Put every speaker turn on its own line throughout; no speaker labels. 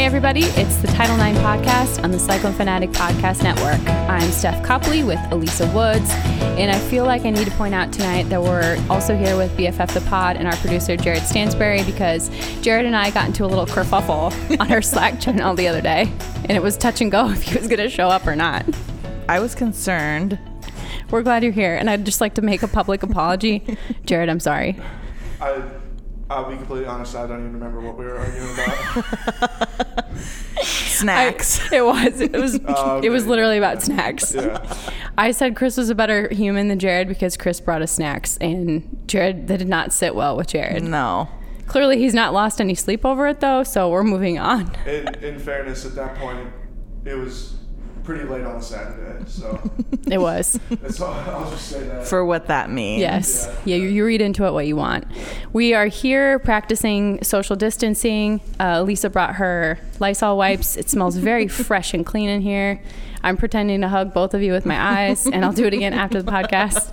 Hey, everybody, it's the Title IX podcast on the Psychofanatic Podcast Network. I'm Steph Copley with Elisa Woods, and I feel like I need to point out tonight that we're also here with BFF the Pod and our producer, Jared Stansbury, because Jared and I got into a little kerfuffle on our Slack channel the other day, and it was touch and go if he was going to show up or not.
I was concerned.
We're glad you're here, and I'd just like to make a public apology. Jared, I'm sorry.
I, I'll be completely honest. I don't even remember what we were arguing about.
Snacks.
I- it was. It was.
Oh, okay.
It was literally about snacks.
yeah,
I said Chris was a better human than Jared because Chris brought us snacks, and Jared that did not sit well with Jared.
no.
Clearly, he's not lost any sleep over it though, so we're moving on.
in, in fairness, at that point, it was pretty late on a Saturday, so
It was
that's all. I'll just say that.
For what that means.
yes, yeah. You, you read into it what you want. We are here practicing social distancing. Uh, Lisa brought her Lysol wipes. It smells very fresh and clean in here. I'm pretending to hug both of you with my eyes, and I'll do it again after the podcast.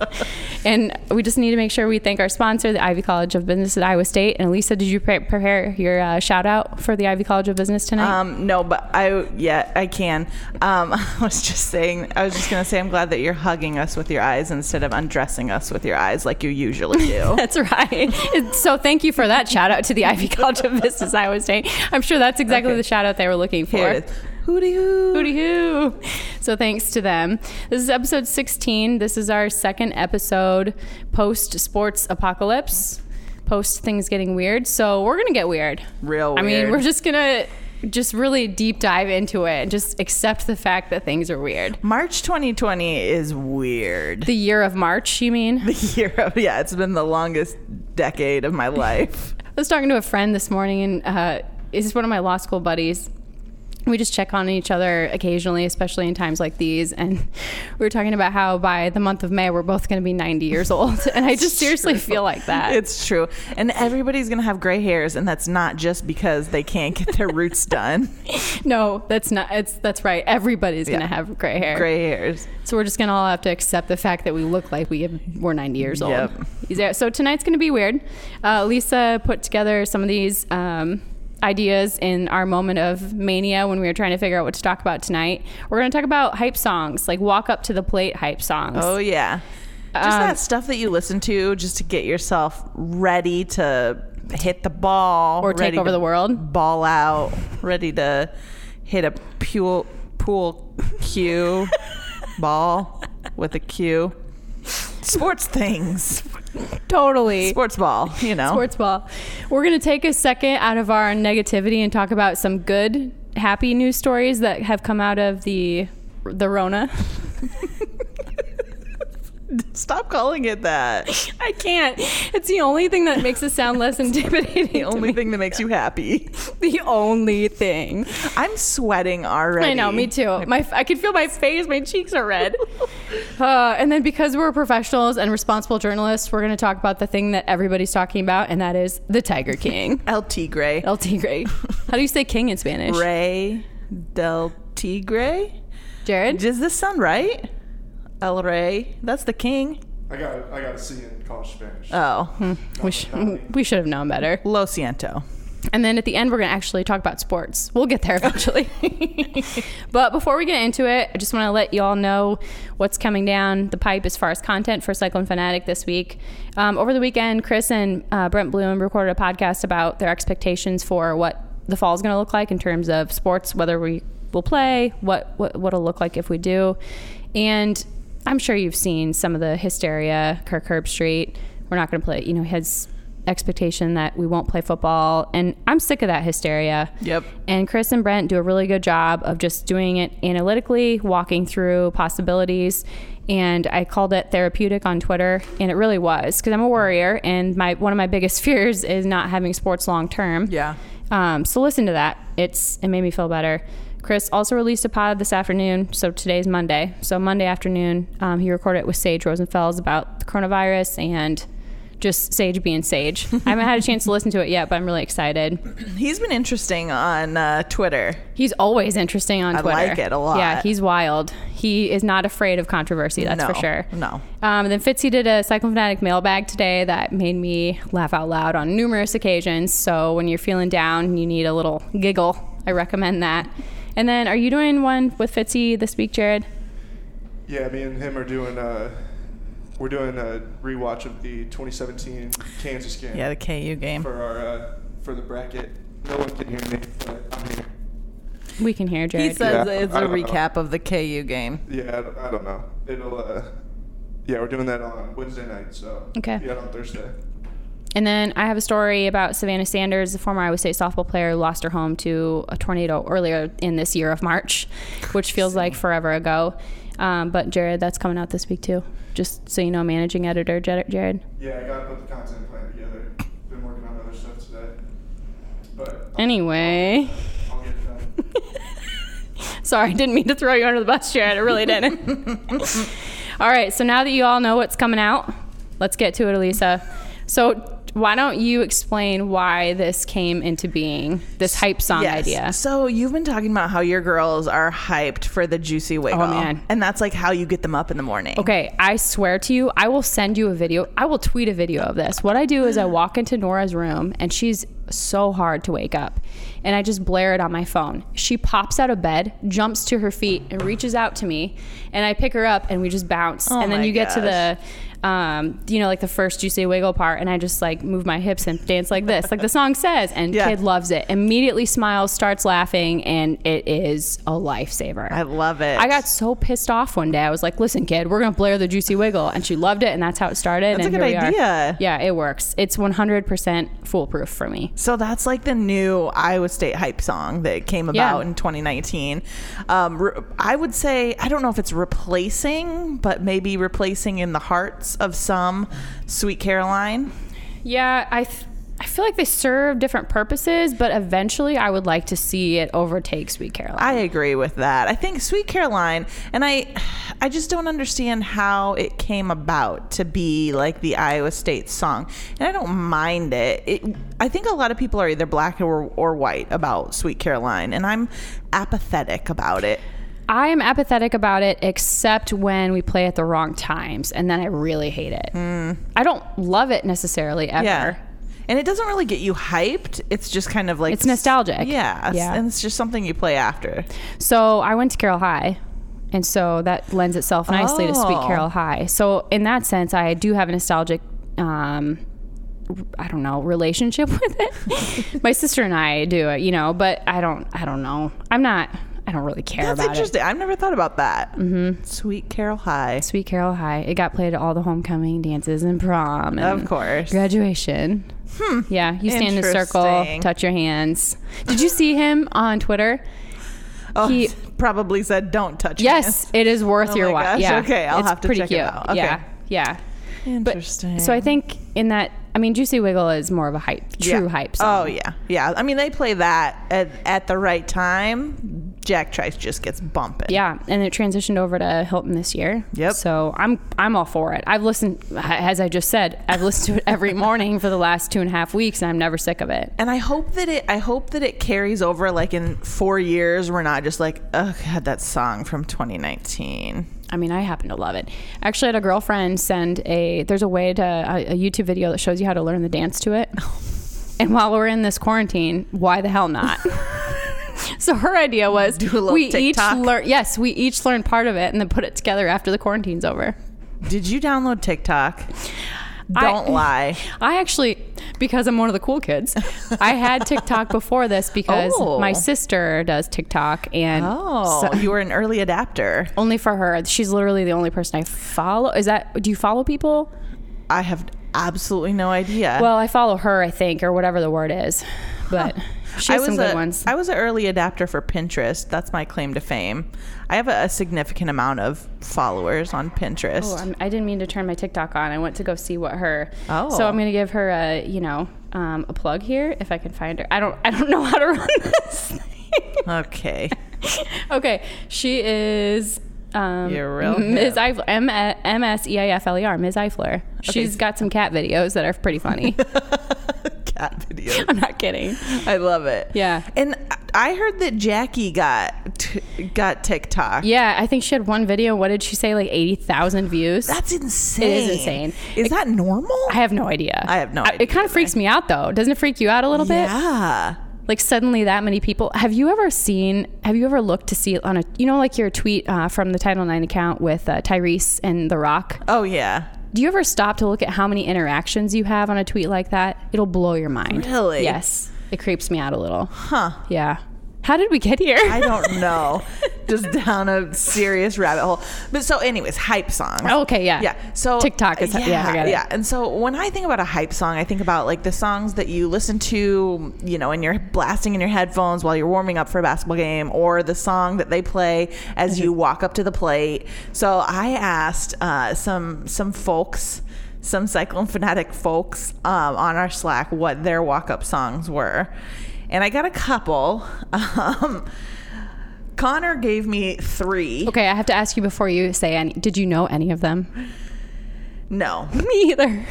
And we just need to make sure we thank our sponsor, the Ivy College of Business at Iowa State. And Lisa, did you pre- prepare your uh, shout out for the Ivy College of Business tonight?
Um, no, but I, yeah, I can. Um, I was just saying, I was just going to say, I'm glad that you're hugging us with your eyes instead of undressing us with your eyes like you usually do.
that's right. so thank you for that shout out to the Ivy College of Business at Iowa State. I'm sure that's exactly
Okay.
the shout out they were looking for.
Here it is. Hooty hoo.
Hooty hoo. So thanks to them. This is episode 16. This is our second episode post sports apocalypse, post things getting weird. So we're going to get weird.
Real
I mean,
weird.
we're just going to just really deep dive into it and just accept the fact that things are weird.
March 2020 is weird.
The year of March, you mean?
The year of, yeah, it's been the longest decade of my life.
I was talking to a friend this morning, and uh, this is one of my law school buddies. We just check on each other occasionally, especially in times like these. And we were talking about how by the month of May, we're both going to be 90 years old. And I just seriously feel like that.
It's true. And everybody's going to have gray hairs, and that's not just because they can't get their roots done.
no, that's not. It's that's right. Everybody's going
Yeah.
to have gray hair.
Gray hairs.
So we're just going to all have to accept the fact that we look like we have, we're 90 years old.
Yep.
Is there- So tonight's going to be weird. Uh, Lisa put together some of these um, ideas in our moment of mania when we were trying to figure out what to talk about tonight. We're going to talk about hype songs, like walk up to the plate hype songs.
Oh yeah. Just
Um,
that stuff that you listen to just to get yourself ready to hit the ball
Or take
ready
over
to
the world.
Ball out, ready to hit a pool pool cue ball with a cue. Sports things.
totally.
Sports ball, you know.
Sports ball. We're going to take a second out of our negativity and talk about some good, happy news stories that have come out of the the Rona.
Stop calling it that.
I can't. It's the only thing that makes it sound less intimidating.
The only thing that makes you happy.
the only thing.
I'm sweating already.
I know, me too. My, I can feel my face. My cheeks are red. uh, and then because we're professionals and responsible journalists, we're going to talk about the thing that everybody's talking about, and that is the Tiger King.
El Tigre.
El Tigre. How do you say king in Spanish?
Ray del Tigre.
Jared?
Does this sound right? El Rey. That's the king.
I got I got a C in college Spanish.
Oh.
We, sh- we should have known better.
Lo siento.
And then at the end, we're going to actually talk about sports. We'll get there eventually. but before we get into it, I just want to let y'all know what's coming down the pipe as far as content for Cyclone Fanatic this week. Um, over the weekend, Chris and uh, Brent Bloom recorded a podcast about their expectations for what the fall is going to look like in terms of sports, whether we will play, what, what what'll look like if we do, and I'm sure you've seen some of the hysteria. Kirk Herbstreit, we're not going to play. You know, his expectation that we won't play football, and I'm sick of that hysteria.
Yep.
And Chris and Brent do a really good job of just doing it analytically, walking through possibilities. And I called it therapeutic on Twitter, and it really was because I'm a worrier, and my one of my biggest fears is not having sports long term.
Yeah.
Um, so listen to that. It's it made me feel better. Chris also released a pod this afternoon. So today's Monday. So Monday afternoon, um, he recorded it with Sage Rosenfels about the coronavirus and just Sage being Sage. I haven't had a chance to listen to it yet, but I'm really excited.
He's been interesting on uh, Twitter.
He's always interesting on
I
Twitter.
like it a lot.
Yeah, he's wild. He is not afraid of controversy. That's
No,
for sure.
no.
Um, then Fitzy did a Psychofanatic mailbag today that made me laugh out loud on numerous occasions. So when you're feeling down, and you need a little giggle. I recommend that. And then, are you doing one with Fitzy this week, Jared?
Yeah, me and him are doing uh we're doing a rewatch of the 2017 Kansas game
Yeah, the KU game.
for our uh, for the bracket. No one can hear me, but I'm here.
We can hear Jared.
He says
Yeah,
it's a
I don't know.
recap of the KU game.
Yeah, I don't, I don't know. It'll uh yeah, we're doing that on Wednesday night, so
Okay.
Yeah, on Thursday.
And then I have a story about Savannah Sanders, the former Iowa State softball player who lost her home to a tornado earlier in this year of March, which feels like forever ago. Um, but Jared, that's coming out this week too. Just so you know, managing editor Jar- Jared.
Yeah, I gotta put the content plan together. Been working on other stuff today, but
Anyway,
I'll get it done.
sorry, didn't mean to throw you under the bus, Jared. I really didn't. all right, so now that you all know what's coming out, let's get to it, Elisa. So why don't you explain why this came into being, this hype song
Yes.
idea?
So you've been talking about how your girls are hyped for the juicy wiggle.
Oh, man.
And that's like how you get them up in the morning.
Okay, I swear to you, I will send you a video. I will tweet a video of this. What I do is I walk into Nora's room and she's so hard to wake up. And I just blare it on my phone. She pops out of bed, jumps to her feet, and reaches out to me. And I pick her up and we just bounce. and then
Oh my
you get to the, um, you know, like the first juicy wiggle part. And I just like move my hips and dance like this, like the song says. And
Yeah.
kid loves it. Immediately smiles, starts laughing, and it is a lifesaver.
I love it.
I got so pissed off one day. I was like, "Listen, kid, we're gonna blare the Juicy Wiggle," and she loved it, and that's how it started.
That's a
and
good
here we are.
idea.
Yeah, it works. It's 100% foolproof for me.
So that's like the new Iowa State hype song that came
Yeah.
about in 2019. Um, re- I would say, I don't know if it's replacing, but maybe replacing in the hearts of some Sweet Caroline.
Yeah, I. Th- I feel like they serve different purposes, but eventually I would like to see it overtake Sweet Caroline.
I agree with that. I think Sweet Caroline, and I, I just don't understand how it came about to be like the Iowa State song, and I don't mind it. it I think a lot of people are either black or, or white about Sweet Caroline, and I'm apathetic about it.
I am apathetic about it, except when we play at the wrong times, and then I really hate it. I don't love it necessarily ever.
Mm. Yeah. And it doesn't really get you hyped. It's just kind of like
It's nostalgic.
Yeah,
Yeah.
and it's just something you play after.
So I went to Carroll High, and so that lends itself nicely to Sweet
Oh.
Carroll High. So in that sense, I do have a nostalgic, um, I don't know, relationship with it. My sister and I do it, you know, but I don't. I don't know. I'm not. I don't really care
That's
about it.
interesting. I've never thought about that. Mm-hmm. Sweet Carol High,
Sweet Carroll High. It got played at all the homecoming dances and prom. And
of course. Hmm.
Graduation. Yeah, you stand in a circle,
Interesting.
touch your hands. Did you see him on Twitter?
Oh,
he-
probably said don't touch.
Yes, it is worth
Oh
your
my
while.
gosh,
Yeah.
okay, I'll
it's
have to
pretty
check it
cute.
out. Okay.
Yeah. Yeah.
hands. Interesting.
So I think in that I mean Juicy Wiggle is more of a hype, true
Yeah.
hype song.
Oh yeah, yeah. I mean, they play that at, at the right time. Jack Trice just gets bumping.
Yeah, and it transitioned over to Hilton this year.
Yep.
So I'm I'm all for it. I've listened, as I just said, I've listened to it every morning for the last two and a half weeks, and I'm never sick of it.
And I hope that it. I hope that it carries over. Like in four years, we're not just like, oh god, that song from 2019.
I mean, I happen to love it. Actually, I had a girlfriend send a. There's a way to a, a YouTube video that shows you how to learn the dance to it. And while we're in this quarantine, why the hell not? so her idea was
Do a little
we
TikTok.
each learn. Yes, we each learn part of it and then put it together after the quarantine's over.
Did you download TikTok?
I-
Don't lie.
I actually, because I'm one of the cool kids, I had TikTok before this because
Oh.
my sister does TikTok and
Oh,
so-
you were an early adapter.
only for her. She's literally the only person I follow. Is that? Do you follow people?
I have absolutely no idea.
Well, I follow her, I think, or whatever the word is. But she
I
has
was
some good
a-
ones.
I was an early adapter for Pinterest. That's my claim to fame. I have a, a significant amount of followers on Pinterest.
Oh, I'm, I didn't mean to turn my TikTok on. I went to go see what her.
Oh.
So I'm gonna give her a you know um, a plug here if I can find her. I don't I don't know how to run this. thing.
okay.
okay, she is. Um,
You're real
Ms.
hip.
Eifler, M- M S E I F L E R, Ms. Eifler. She's got some cat videos that are pretty funny.
Cat video.
I'm not kidding.
I love it.
Yeah.
And I heard that Jackie got t- got TikTok.
Yeah, I think she had one video. What did she say? Like eighty thousand views.
That's insane.
insane.
Is that normal?
I have no idea.
I have no
It
idea
kind of freaks me out though. Doesn't it freak you out a little bit?
yeah.
like suddenly that many people. Have you ever seen? Have you ever looked to see on a you know like your tweet uh, from the Title IX account with uh, Tyrese and The Rock?
Oh yeah.
Do you ever stop to look at how many interactions you have on a tweet like that? It'll blow your mind.
Really?
Yes. It creeps me out a little.
Huh.
Yeah. How did we get here?
I don't know. Just down a serious rabbit hole. But so, anyways, hype song.
Oh, Okay, yeah.
Yeah. So
TikTok is- yeah, I got it.
yeah. And so when I think about a hype song, I think about like the songs that you listen to, you know, and you're blasting in your headphones while you're warming up for a basketball game, or the song that they play as
Mm-hmm.
you walk up to the plate. So I asked uh, some some folks. Some Cyclone Fanatic folks um, on our Slack what their walk up songs were. And I got a couple. Um, Connor gave me three.
Okay, I have to ask you before you say any. Did you know any of them?
No.
Me either.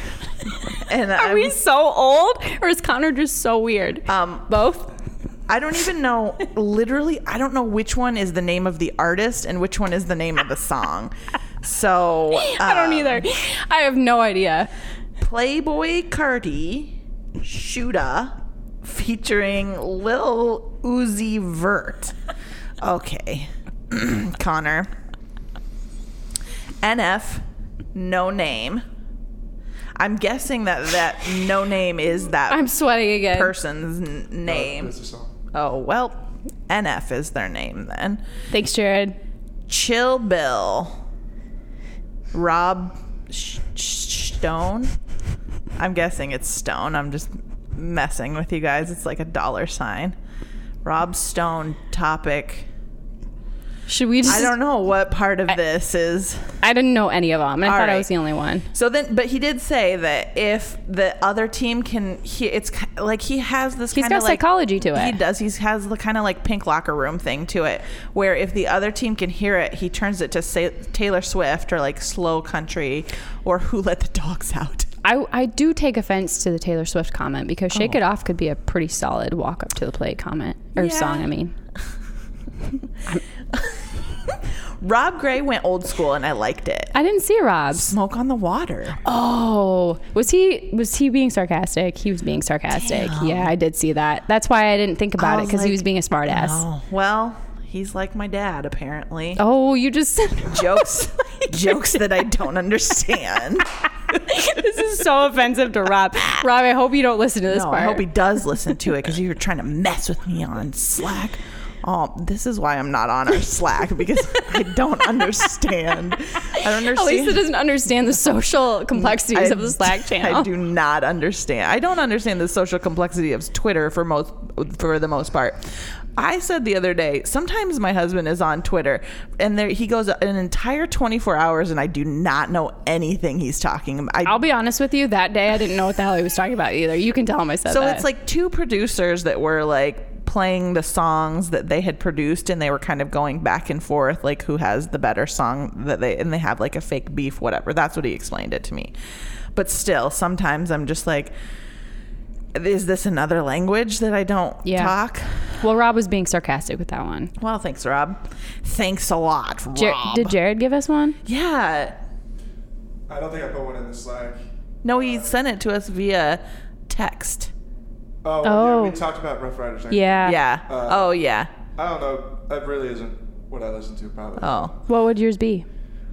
And
Are
I'm-
we so old, or is Connor just so weird?
Um,
Both.
I don't even know. Literally, I don't know which one is the name of the artist and which one is the name of the song. So
I don't
um,
either. I have no idea.
Playboy Cardi, Shoota, featuring Lil Uzi Vert. Okay, Connor. NF, no name. I'm guessing that that no name is that
I'm sweating again.
person's n- name.
That's the song.
Oh, well, NF is their name then.
Thanks, Jared.
Chill Bill. Rob Sh- Sh- Stone. I'm guessing it's Stone. I'm just messing with you guys. It's like a dollar sign. Rob Stone topic.
Should we just?
I don't know what part of this is.
I didn't know any of them. I
All
thought I
right.
was the only one.
So then, but he did say that if the other team can, he, it's ki- like he has this.
He's
kind
got
of like,
psychology to
He
it.
does. He has the kind of like pink locker room thing to it, where if the other team can hear it, he turns it to say, Taylor Swift or like slow country or Who Let the Dogs Out.
I, I do take offense to the Taylor Swift comment because "Shake It Off" could be a pretty solid walk up to the plate comment or
Oh. Yeah.
song. I mean,
Rob Gray went old school, and I liked it.
I didn't see Rob's.
Smoke on the water.
Oh, was he was he being sarcastic? He was being sarcastic. Yeah, I did see that. That's why I didn't think about
I
it
was
because he
like,
was being a smartass.
Oh well, he's like my dad apparently.
Oh, you just
Jokes, jokes that I don't understand.
this is so offensive to Rob. Rob, I hope you don't listen to this
No,
part.
I hope he does listen to it because you were trying to mess with me on Slack. Oh, this is why I'm not on our Slack because I don't understand. I don't understand.
At least it doesn't understand the social complexities
I-
of the Slack channel.
I do not understand. I don't understand the social complexity of Twitter for most for the most part. I said the other day, sometimes my husband is on Twitter and there he goes an entire 24 hours and I do not know anything he's talking about. I
I'll be honest with you. That day, I didn't know what the hell he was talking about either. You can tell him I said
So
that.
it's like two producers that were like playing the songs that they had produced and they were kind of going back and forth like who has the better song that they and they have like a fake beef whatever that's what he explained it to me but still sometimes i'm just like is this another language that i don't
Yeah.
talk
well, Rob was being sarcastic with that one.
well thanks rob thanks a lot rob
Jer- did Jared give us one?
yeah
I don't think I put one in the Slack.
no he sent it to us via text
Oh, yeah,
Oh.
we talked about Rough Riders. I-
Yeah.
yeah
Uh,
oh yeah
I don't know. That really isn't what I listen to, probably.
oh
What would yours be?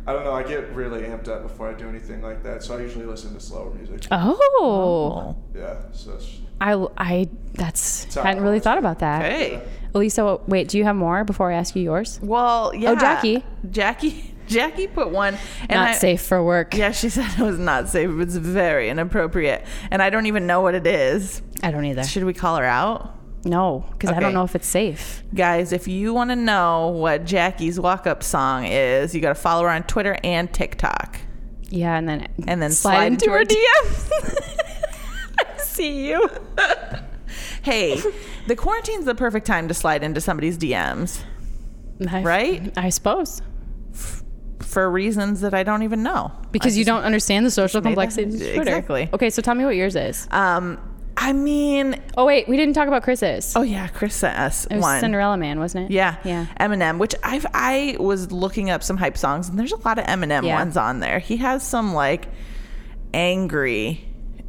I don't know. I get really amped up before I do anything like that, so I usually listen to slower music.
Oh,
Yeah, so it's,
I, I that's
Sorry.
hadn't really thought about that.
hey
Elisa, wait, do you have more before I ask you yours?
Well, yeah.
Jackie.
Jackie. Jackie put one. And
Not
I-
safe for work.
Yeah, she said it was not safe. It's very inappropriate, and I don't even know what it is.
I don't either.
Should we call her out,
No, because I don't
Okay.
know if it's safe.
guys? If you want to know what Jackie's walk-up song is, you got to follow her on Twitter and TikTok,
Yeah, and then
and then slide, into, her DMs.
see you.
hey, the quarantine's the perfect time to slide into somebody's DMs Right?
I suppose
for reasons that I don't even know.
because you don't understand the social
made that-
complexity of Twitter.
Exactly.
Okay, so tell me what yours is.
Um, I mean,
Oh wait, we didn't talk about Chris's.
oh yeah, Chris sent us
it was
one.
Cinderella Man, wasn't it?
Yeah.
yeah.
Eminem, which I've I was looking up some hype songs and there's a lot of Eminem
Yeah.
ones on there. He has
Mm-hmm.
some like angry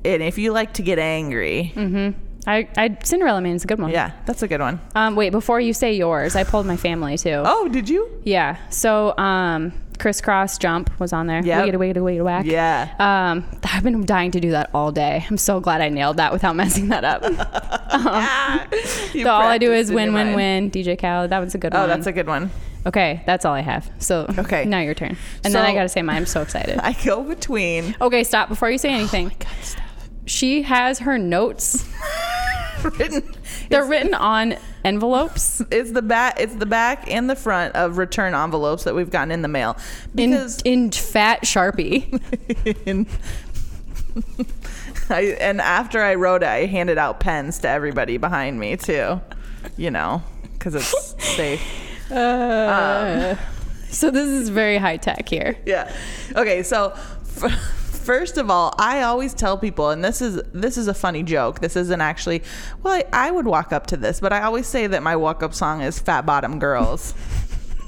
and if you like to get angry,
I, I Cinderella Man is a good one.
Yeah, that's a good one.
Um, wait, before you say yours, I pulled my family too.
Oh, did you?
Yeah. So um, crisscross jump was on there.
Yep.
Wiggity wiggity wiggity whack.
Yeah.
Um, I've been dying to do that all day. I'm so glad I nailed that without messing that up. Um,
Ah, you
so Oh. all I do is
practiced in
win,
your
win,
mind.
win. DJ Khaled, that was a good
Oh,
one.
that's a good one.
okay. That's all I have. So
Okay.
now your turn. And then
So-
I gotta say mine. I'm so excited.
I go between.
Okay, stop before you say anything. She has her notes.
written.
They're written on envelopes.
It's the back. It's the back and the front of return envelopes that we've gotten in the mail
In,
because
in fat Sharpie.
in- I, and after I wrote it, I handed out pens to everybody behind me too, you know, because it's safe.
Uh, so this is very high tech here.
yeah. Okay, so f- first of all, I always tell people, and this is this is a funny joke. This isn't actually. Well, I, I would walk up to this, but I always say that my walk up song is "Fat Bottom Girls."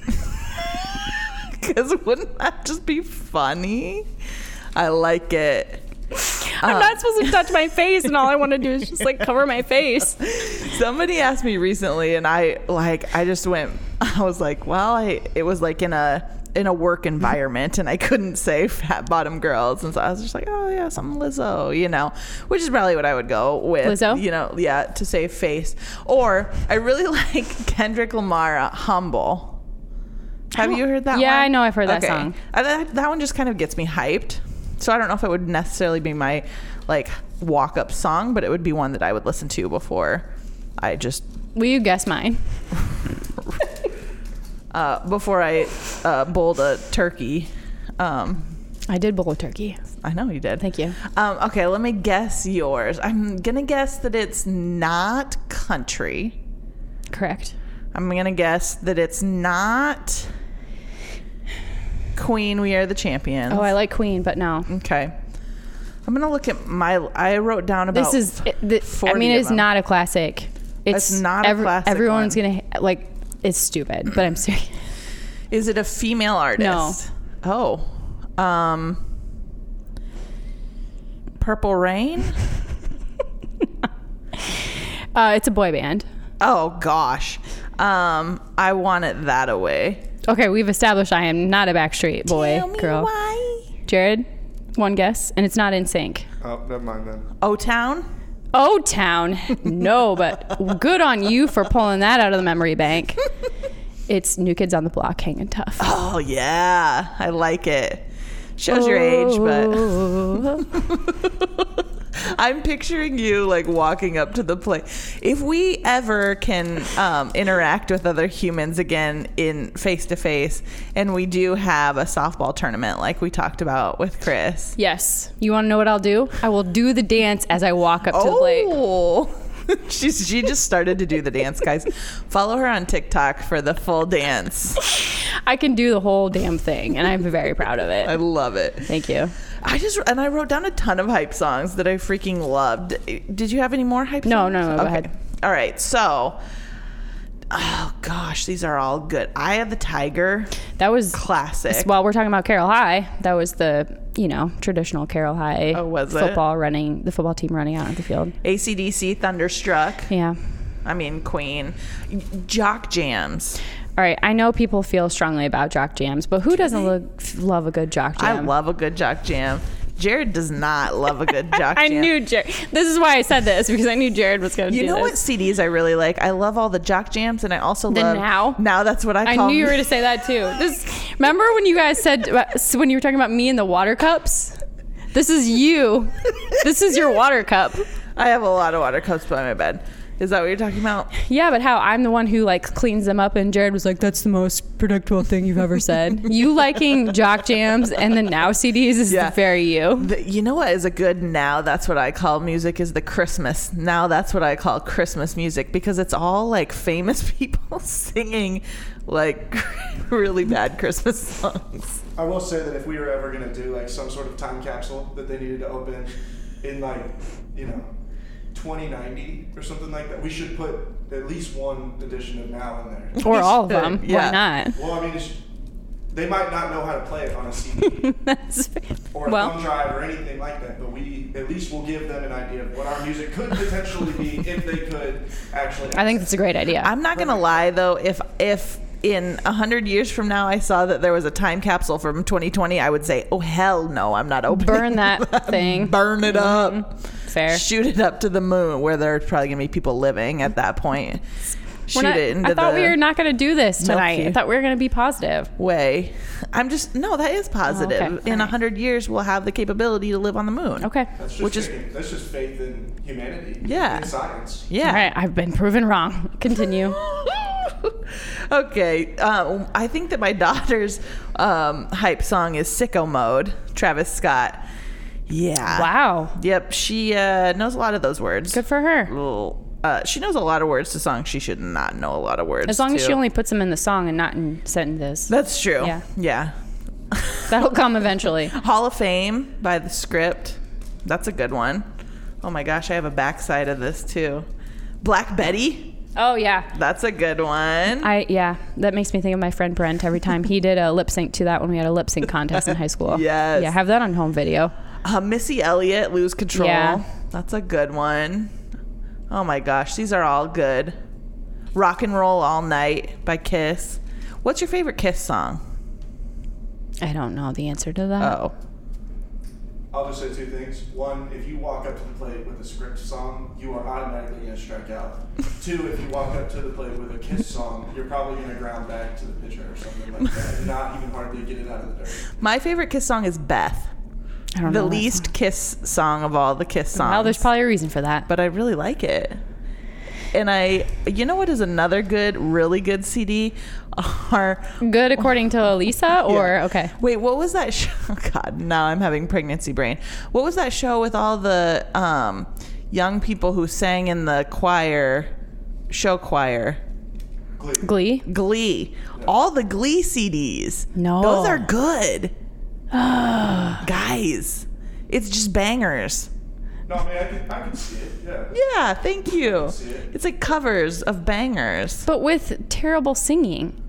Because wouldn't that just be funny? I like it.
I'm not supposed to touch my face, and all I want to do is just like cover my face.
Somebody asked me recently, and I like I just went. I was like, well, I it was like in a in a work environment, and I couldn't say fat bottom girls, and so I was just like, oh yeah, something Lizzo, you know, which is probably what I would go with,
Lizzo?
you know, yeah, to save face. Or I really like Kendrick Lamar, uh, humble. Have you heard that?
Oh. Yeah,
one?
I know I've heard that song.
I, that, that one just kind of gets me hyped. So I don't know if it would necessarily be my like walk up song, but it would be one that I would listen to before I just
Will you guess mine?
uh, before I uh, bowled a turkey. Um,
I did bowl a turkey.
I know you did.
Thank you.
Um, okay, let me guess yours. I'm gonna guess that it's not country.
Correct.
I'm gonna guess that it's not Queen. We are the champions.
Oh, I like Queen, but no.
Okay. I'm gonna look at my. I wrote down about.
This is. It, th- I
40
mean,
of
it's
them.
not a classic. It's,
It's not a classic
Everyone's
one.
gonna ha- like. It's stupid, but I'm serious.
Is it a female artist? No. Oh. Um. Purple Rain.
Uh, it's a boy band.
Oh gosh. Um. I want it that away.
Okay, we've established I am not a Backstreet Boy
Tell me
girl.
Why?
Jared, one guess, and it's not in sync.
Oh, never mind then.
O Town.
O Town, no, but good on you for pulling that out of the memory bank. It's New Kids on the Block, hanging tough.
Oh yeah. I like it. Shows your age,
Oh.
but
but
I'm picturing you like walking up to the play. If we ever can um, interact with other humans again in face to face, and we do have a softball tournament like we talked about with Chris.
yes, you want to know what I'll do? I will do the dance as I walk up to the plate.
Oh. She's, she just started to do the dance, guys. Follow her on TikTok for the full dance.
I can do the whole damn thing, and I'm very proud of
I
it.
love it.
Thank you.
I just and I wrote down a ton of hype songs that I freaking loved. Did you have any more hype
No,
songs?
no, no, go ahead.
All right. So, oh gosh, these are all good. Eye of the Tiger,
That was
classic.
While we're talking about Carroll High, that was the you know traditional Carroll High
Oh, was it?
football running the football team running out of the field.
ACDC, Thunderstruck.
Yeah.
I mean, Queen. Jock Jams.
All right, I know people feel strongly about jock jams, but who doesn't look, f- love a good jock jam?
I love a good Jock Jam. Jared does not love a good Jock
I
Jam.
knew Jared. This is why I said this because I knew Jared was going to
You
do
know what
this.
CDs I really like? I love all the Jock Jams, and I also
The
love
Now?
Now that's what I
I
call.
knew you were going to say that too. This remember when you guys said uh, when you were talking about me and the water cups. This is you. This is your water cup.
I have a lot of water cups by my bed. Is that what you're talking about?
Yeah, but how I'm the one who like cleans them up, and Jared was like, "That's the most predictable thing you've ever said." you liking jock jams and the now CDs is
Yeah.
very you.
The, you know what is a good now? That's what I call music is the Christmas. Now that's what I call Christmas music because it's all like famous people singing like really bad Christmas songs.
I will say that if we were ever gonna do like some sort of time capsule that they needed to open in like you know 2090 or something like that, we should put at least one edition of Now in there.
or all of
should,
them.
yeah.
Why not?
Well, I mean, it's, They might not know how to play it on a CD
That's
or a thumb
well,
drive or anything like that, but we at least will give them an idea of what our music could potentially be if they could actually.
I think that's a great idea.
I'm not gonna lie though, if if in a hundred years from now I saw that there was a time capsule from 2020, I would say, "Oh hell no, I'm not opening."
Burn Mm-hmm. that thing.
Burn it up.
Fair.
Shoot it up to the moon, where there's probably gonna be people living at that point.
We're
Shoot
not-
it into
I thought
the
we were not going to do this tonight. I
Milky.
thought we were going to be positive.
way. I'm just no, that is positive.
Oh, okay.
In a
All right.
hundred years, we'll have the capability to live on the moon.
Okay.
That's just
Which is-
thinking- that's just faith in humanity.
Yeah.
In science.
All
Yeah.
right. I've been proven wrong. Continue.
okay. Um, I think that my daughter's um, hype song is "Sicko Mode," Travis Scott. Yeah.
wow.
Yep. She uh, knows a lot of those words.
Good for her.
Uh, she knows a lot of words to songs. She should not know a lot of words.
As long as
to.
she only puts them in the song and not in sentences.
That's true.
Yeah.
Yeah.
That'll come eventually.
Hall of Fame by the script. That's a good one. Oh my gosh, I have a backside of this too. Black Betty.
Oh yeah.
That's a good one.
I yeah, that makes me think of my friend Brent every time he did a lip sync to that when we had a lip sync contest in high school.
Yes.
Yeah, have that on home video.
Uh, Missy Elliott, Lose Control.
Yeah.
That's a good one. Oh my gosh, these are all good. Rock and Roll All Night by Kiss. What's your favorite Kiss song?
I don't know the answer to that.
Oh.
I'll just say two things. One, if you walk up to the plate with a script song, you are automatically going to strike out. Two, if you walk up to the plate with a kiss song, you're probably going to ground back to the pitcher or something like that, and not even hardly get it out of the dirt.
My favorite Kiss song is Beth.
I don't
The
know that
least
song.
Kiss song of all the Kiss songs.
Well, there's probably a reason for that.
but I really like it. And I, you know what is another good, really good CD? Are
Good according to Elisa or okay.
wait, what was that show? God, now I'm having pregnancy brain. What was that show with all the um, young people who sang in the choir, show choir?
Glee.
Glee?
Glee. All the Glee CDs.
No.
Those are good. Guys, it's just bangers.
No, I mean, I can, I can see it, yeah.
Yeah, thank you.
see it.
It's like covers of bangers.
But with terrible singing.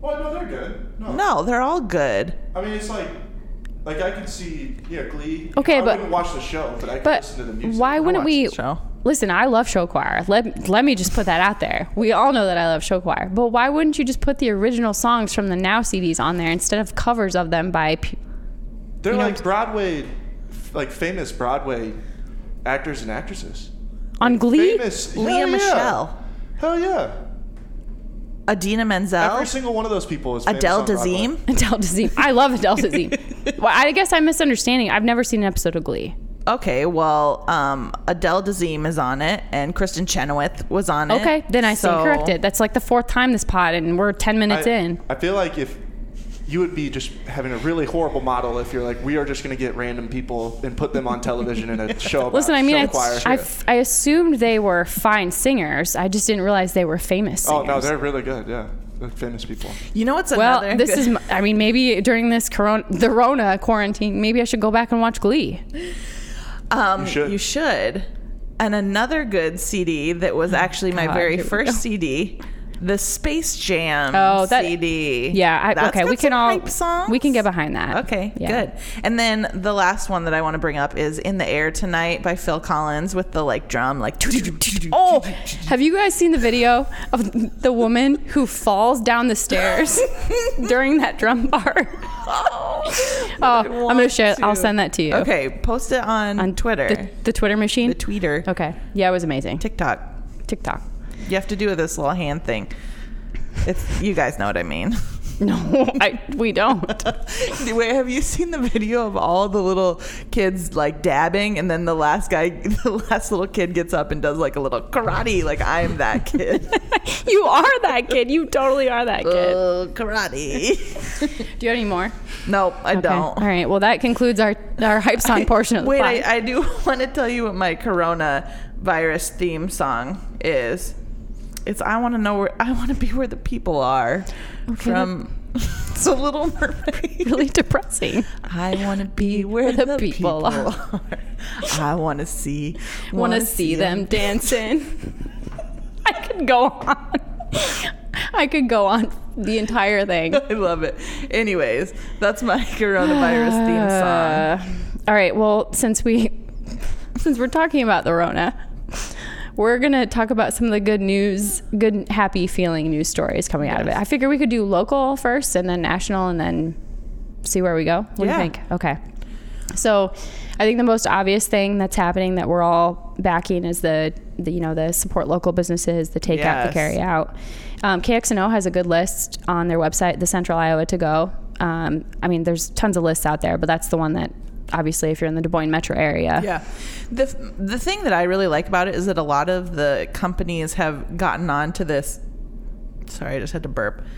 Well, no, they're good. No.
No, they're all good.
I mean, it's like, like I can see, yeah, Glee.
Okay,
I
but-
wouldn't watch the show, but I can
But
listen to the music.
why
I
wouldn't
watched
we
the show.
Listen, I love show choir. Let let me just put that out there. We all know that I love show choir, but why wouldn't you just put the original songs from the Now CDs on there instead of covers of them by? P-
They're
You know-
like Broadway, like famous Broadway actors and actresses.
on Glee?
Famous
Leah
Hell yeah.
Michelle,
Hell yeah.
Adina Menzel,
Every single one of those people is famous
Adele
on Broadway.
Dazeem.
Adele Dazeem. I love Adele Dazeem. well, I guess I'm misunderstanding. I've never seen an episode of Glee.
Okay, well, um, Adele Dazeem is on it, and Kristen Chenoweth was on it.
Okay, then I stand
Eh, So-
corrected. That's like the fourth time this pod, and we're ten minutes
I,
in.
I feel like if you would be just having a really horrible model if you're like, we are just going to get random people and put them on television in a show. About
Listen, I mean,
show
I,
choir.
I, f- I assumed they were fine singers. I just didn't realize they were famous.
oh
Singers.
no, they're really good. Yeah, they're famous people.
You know what's
Well,
another?
this
good-
is. m- I mean, maybe during this corona, the Rona quarantine, maybe I should go back and watch Glee.
um, you
should.
should. And another good CD that was actually my
Oh, God,
very
here we go.
first CD, the Space Jam
Oh, that-
CD.
Yeah. I,
That's
okay.
got
We can
some
all.
hype songs.
We can get behind that.
Okay,
Uh, Yeah.
good. And then the last one that I want to bring up is "In the Air Tonight" by Phil Collins with the like drum, like
Oh, have you guys seen the video of the woman who falls down the stairs during that drum part?
oh,
Oh, I'm gonna share. it. I'll send that to you
Okay, post it on,
on
Twitter,
The, the Twitter machine.
the tweeter,
okay. Yeah, it was amazing.
TikTok.
TikTok.
You have to do this little hand thing. It's you guys know what I mean.
No, I, we don't.
Wait, have you seen the video of all the little kids like dabbing, and then the last guy, the last little kid gets up and does like a little karate, like I am that kid.
you are that kid. You totally are that kid.
Oh, karate.
Do you have any more?
nope, I
Okay.
don't.
All right. Well, that concludes our our hype song portion of the
Wait,
pod.
I, I do want to tell you what my coronavirus theme song is. It's I want to know where I want to be where the people are.
Okay,
from it's a Little Mermaid.
really depressing.
I want to be where the, people, are. I want to see.
Want to
wanna
see them dancing. I could go on. I could go on the entire thing.
I love it. Anyways, that's my coronavirus theme song.
Uh, all right. Well, since we since we're talking about the Rona, we're gonna talk about some of the good news, good happy feeling news stories coming out of it. I figure we could do local first, and then national, and then see where we go. What
Yeah.
do you think? Okay. So, I think the most obvious thing that's happening that we're all backing is the, the you know the support local businesses, the take out, the
Yes.
carry out. Um, KXNO has a good list on their website, the Central Iowa to go. Um, I mean, there's tons of lists out there, but that's the one that obviously if you're in the Des Moines metro area,
Yeah. The f- the thing that I really like about it is that a lot of the companies have gotten on to this Sorry, I just had to burp.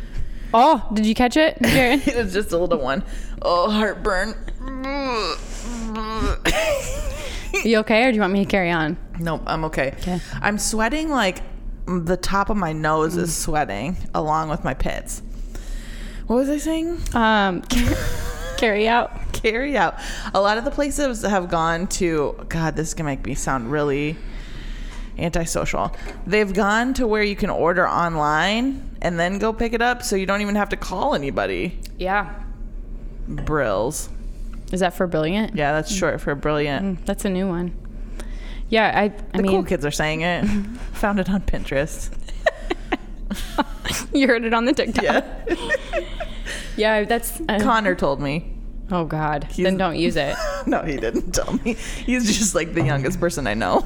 Oh, did you catch it? Jared?
It was just a little one. Oh, heartburn.
you okay, or do you want me to carry on?
Nope, I'm okay.
Okay.
I'm sweating like the top of my nose is
Mm.
sweating along with my pits. What was I saying?
Um, carry out.
Carry out. A lot of the places have gone to, God, this is going to make me sound really antisocial. They've gone to where you can order online and then go pick it up so you don't even have to call anybody.
Yeah.
Brills.
Is that for brilliant? Hmm,
Yeah, that's short for brilliant.
That's a new one. Yeah, I. Mm-hmm. I
The
mean, Mm-hmm.
cool kids are saying it. Found it on Pinterest.
you heard it on the TikTok.
Yeah.
Yeah, that's. uh,
Connor told me.
oh God.
He's-
Then don't use it.
No, he didn't tell me. He's just like the youngest person I know.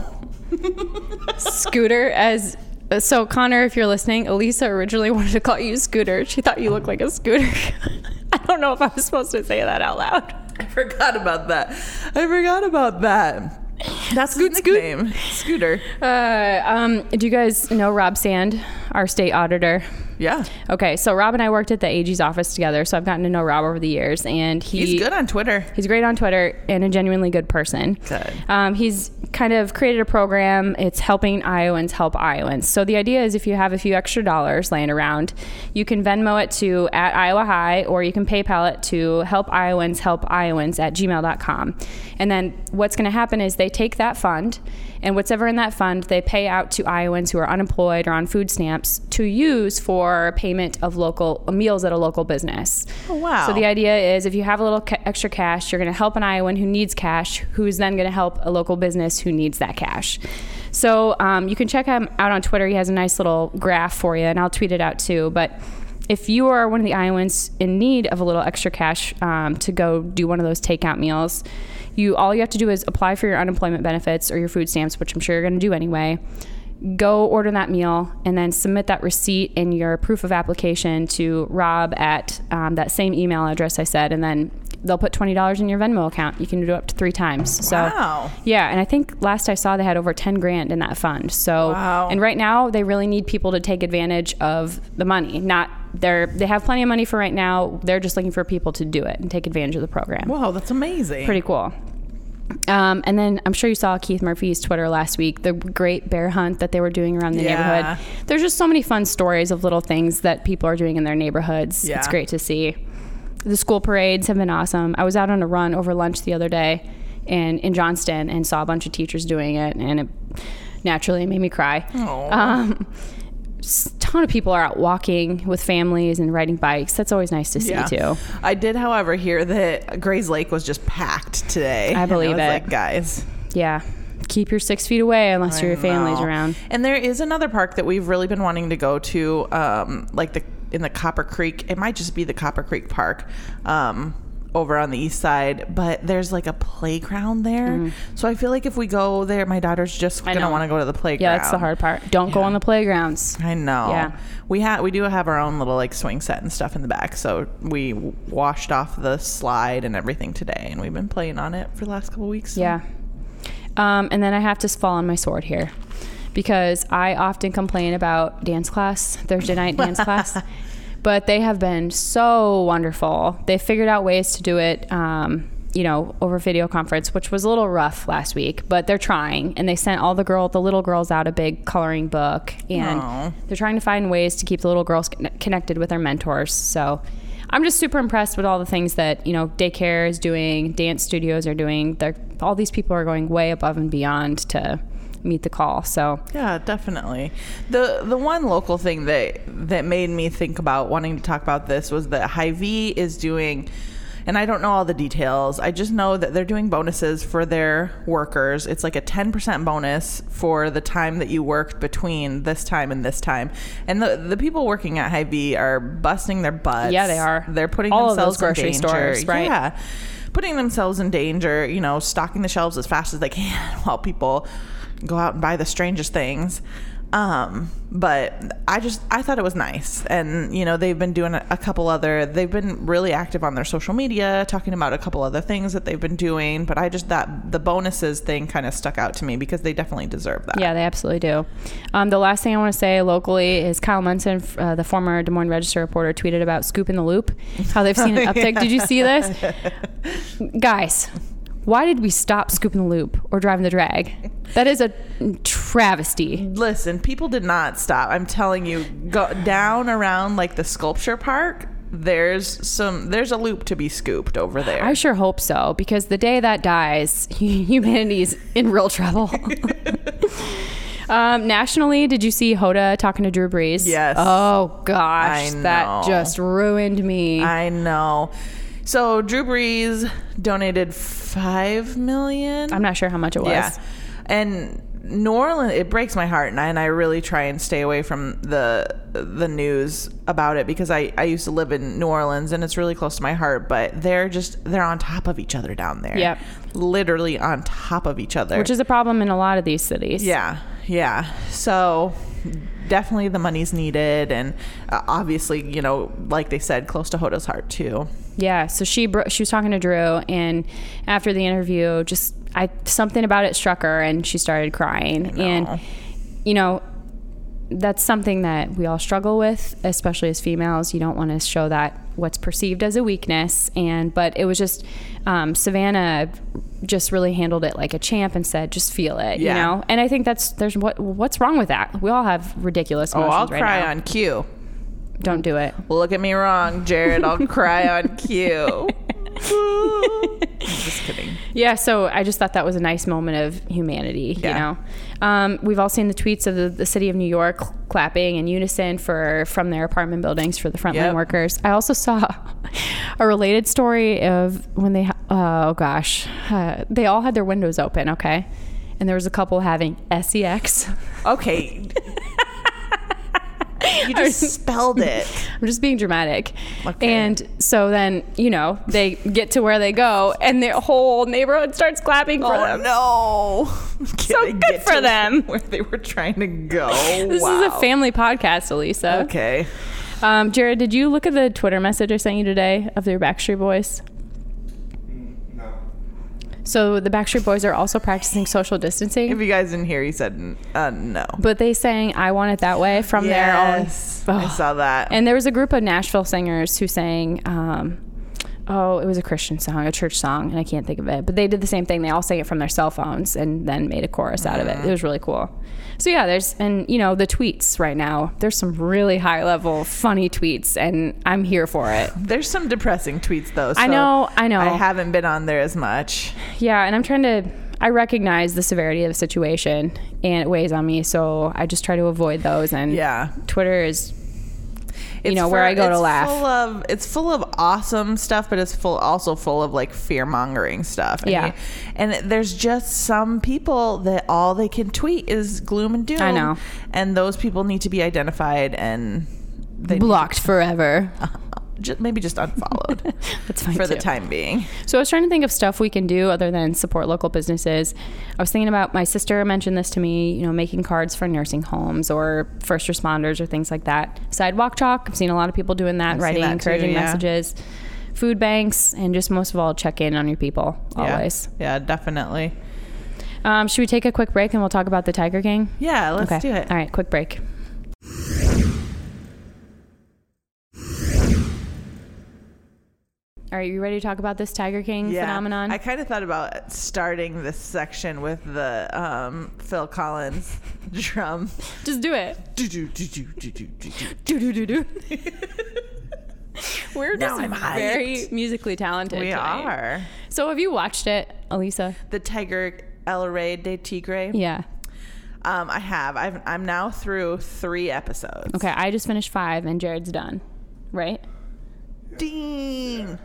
Scooter as. uh, So Connor, if you're listening, Elisa originally wanted to call you Scooter. She thought you looked like a scooter. I don't know if I was supposed to say that out loud.
I forgot about that. I forgot about that. That's Scoot nickname. Scooter.
Uh, um, do you guys know Rob Sand, our state auditor?
Yeah.
Okay, so Rob and I worked at the AG's office together, so I've gotten to know Rob over the years, and he
He's good on Twitter.
He's great on Twitter and a genuinely good person.
Good.
Um, he's kind of created a program. It's helping Iowans help Iowans. So the idea is if you have a few extra dollars laying around, you can Venmo it to at Iowa High or you can PayPal it to help Iowans help Iowans at gmail.com. And then what's going to happen is they take that fund and whatever in that fund they pay out to Iowans who are unemployed or on food stamps to use for payment of local meals at a local business.
Oh, wow.
So the idea is if you have a little ca- extra cash, you're going to help an Iowan who needs cash, who's then going to help a local business who needs that cash. So um, you can check him out on Twitter. He has a nice little graph for you, and I'll tweet it out too. But if you are one of the Iowans in need of a little extra cash um, to go do one of those takeout meals, you all you have to do is apply for your unemployment benefits or your food stamps, which I'm sure you're going to do anyway go order that meal and then submit that receipt and your proof of application to rob at um, that same email address i said and then they'll put $20 in your venmo account you can do it up to three times so
Wow.
yeah and i think last i saw they had over 10 grand in that fund so
Wow.
and right now they really need people to take advantage of the money not they're they have plenty of money for right now they're just looking for people to do it and take advantage of the program
Whoa, that's amazing.
pretty cool. Um, and then I'm sure you saw Keith Murphy's Twitter last week, the great bear hunt that they were doing around the
Yeah.
neighborhood. There's just so many fun stories of little things that people are doing in their neighborhoods. It's
Yeah.
great to see. The school parades have been awesome. I was out on a run over lunch the other day and in Johnston and saw a bunch of teachers doing it, and it naturally made me cry Um,
Oh.
s- ton of people are out walking with families and riding bikes. That's always nice to see
Yeah.
too.
I did, however, hear that Gray's Lake was just packed today.
I believe
and I was
it.
Like, guys,
Yeah. Keep your six feet away unless your family's
No.
around.
And there is another park that we've really been wanting to go to, um, like the in the Copper Creek. It might just be the Copper Creek Park. Um, over on the east side, but there's like a playground there. So I feel like if we go there, my daughter's just
Mm-hmm. I
gonna
know.
want to go to the playground.
Yeah, that's the hard part. Don't go on the playgrounds.
I know.
Yeah.
We ha- we do have our own little like swing set and stuff in the back. So we w- washed off the slide and everything today, and we've been playing on it for the last couple weeks. so-
Yeah. Um, and then I have to fall on my sword here because I often complain about dance class, Thursday night dance class, but they have been so wonderful. They figured out ways to do it. Um, you know, over video conference, which was a little rough last week, but they're trying. And they sent all the girl, the little girls, out a big coloring book, and
Aw.
they're trying to find ways to keep the little girls conne- connected with their mentors. So I'm just super impressed with all the things that, you know, daycare is doing, dance studios are doing. They're, all these people are going way above and beyond to meet the call. So
Yeah, definitely. The the one local thing that that made me think about wanting to talk about this was that Hy-Vee is doing and I don't know all the details. I just know that they're doing bonuses for their workers. It's like a 10% bonus for the time that you worked between this time and this time. And the the people working at Hy-Vee are busting their butts.
Yeah, they are.
They're putting
All of
themselves
those grocery
in danger.
stores, right.
Yeah yeah, putting themselves in danger, you know, stocking the shelves as fast as they can while people go out and buy the strangest things. Um, but I just I thought it was nice, and you know they've been doing a couple other. They've been really active on their social media, talking about a couple other things that they've been doing. But I just that the bonuses thing kind of stuck out to me because they definitely deserve that.
Yeah, they absolutely do. Um, the last thing I want to say locally is Kyle Munson, f- uh, the former Des Moines Register reporter, tweeted about Scoop in the Loop, how they've seen an uptick. Did you see this? Guys, why did we stop Scoop in the Loop or Driving the Drag? That is a travesty.
Listen, people did not stop. I'm telling you, go down around like the sculpture park. There's some. There's a loop to be scooped over there.
I sure hope so, because the day that dies, humanity's in real trouble. Um, nationally, did you see Hoda talking to Drew Brees?
Yes.
Oh gosh,
I know.
that just ruined me.
I know. So Drew Brees donated five million.
I'm not sure how much it was.
Yeah. And New Orleans, it breaks my heart, and I, and I really try and stay away from the the news about it because I, I used to live in New Orleans and it's really close to my heart. But they're just they're on top of each other down there.
Yep.
literally on top of each other.
which is a problem in a lot of these cities.
Yeah, yeah. So definitely the money's needed, and uh, obviously, you know, like they said, close to Hoda's heart too.
yeah. So she bro- she was talking to Drew, and after the interview, just I something about it struck her, and she started crying. And you know, that's something that we all struggle with, especially as females. You don't want to show that what's perceived as a weakness, and but it was just um, Savannah just really handled it like a champ and said, "Just feel it,"
Yeah.
you know. And I think that's there's what what's wrong with that? We all have ridiculous
Oh,
emotions
I'll
right
cry
now.
on cue.
don't do it.
Look at me wrong, Jared. I'll cry on cue. Just kidding.
Yeah, so I just thought that was a nice moment of humanity,
Yeah.
you know. Um, we've all seen the tweets of the, the city of New York clapping in unison for from their apartment buildings for the frontline
Yep.
workers. I also saw a related story of when they ha- oh gosh, uh, they all had their windows open, okay, and there was a couple having E sex.
Okay. You just spelled it.
I'm just being dramatic.
Okay.
And so then you know they get to where they go, and the whole neighborhood starts clapping for
Oh
them.
no!
So
Can I
good
get
for
to
them.
Where they were trying to go.
This is a
Wow.
family podcast, Elisa.
Okay.
Um, Jared, did you look at the Twitter message I sent you today of their Backstreet Boys?
Mm, No.
So the Backstreet Boys are also practicing social
If
distancing,
you guys didn't hear, he said uh, no.
but they sang "I Want It That Way" from
yes,
their own.
I
Ugh.
saw that.
And there was a group of Nashville singers who sang. Um, Oh, it was a Christian song, a church song, and I can't think of it. But they did the same thing. They all sang it from their cell phones and then made a chorus out of it. It was really cool. So yeah, there's and you know the tweets right now. There's some really high level funny tweets, and I'm here for it.
There's some depressing tweets though. So
I know, I know.
I haven't been on there as much.
Yeah, and I'm trying to. I recognize the severity of the situation, and it weighs on me. So I just try to avoid those. And
Yeah.
Twitter is
It's
know, where I go to
it's
laugh.
Full of, it's full of awesome stuff, but it's full also full of like fear mongering stuff. And
Yeah.
you- and there's just some people that all they can tweet is gloom and doom.
I know.
And those people need to be identified and they
blocked forever.
just, maybe just unfollowed
That's fine
for the
too.
time being.
So I was trying to think of stuff we can do other than support local businesses. I was thinking about my sister mentioned this to me, you know, making cards for nursing homes or first responders or things like that. Sidewalk chalk, I've seen a lot of people doing that,
I've seen
writing
that too,
encouraging
yeah.
messages, food banks, and just most of all, check in on your people
Yeah.
always.
Yeah, definitely.
Um, should we take a quick break and we'll talk about the Tiger King?
Yeah, let's
okay.
do it.
All right, quick break. All right, you ready to talk about this Tiger King phenomenon?
I kind of thought about starting this section with the um, Phil Collins drum.
Just do it. Do do do do. We're
Now
just
I'm hyped.
very musically talented.
we
tonight.
are
So have you watched it, Elisa?
the Tiger El Rey de Tigre.
Yeah.
Um, I have. I've, I'm now through three episodes.
Okay, I just finished five and Jared's done, right?
Dean.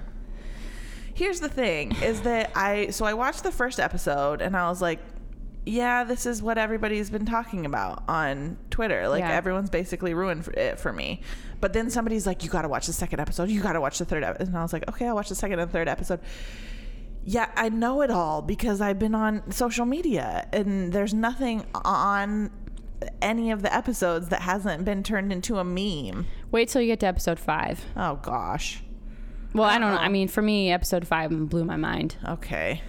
Here's the thing is that I so I watched the first episode and I was like, yeah, this is what everybody's been talking about on Twitter. Like
Yeah.
everyone's basically ruined for it for me. But then somebody's like, you got to watch the second episode. You got to watch the third episode. And I was like, okay, I'll watch the second and third episode. Yeah, I know it all because I've been on social media and there's nothing on any of the episodes that hasn't been turned into a meme.
Wait till you get to episode five.
Oh gosh.
Well, I don't know. I mean, for me, episode five blew my mind.
Okay.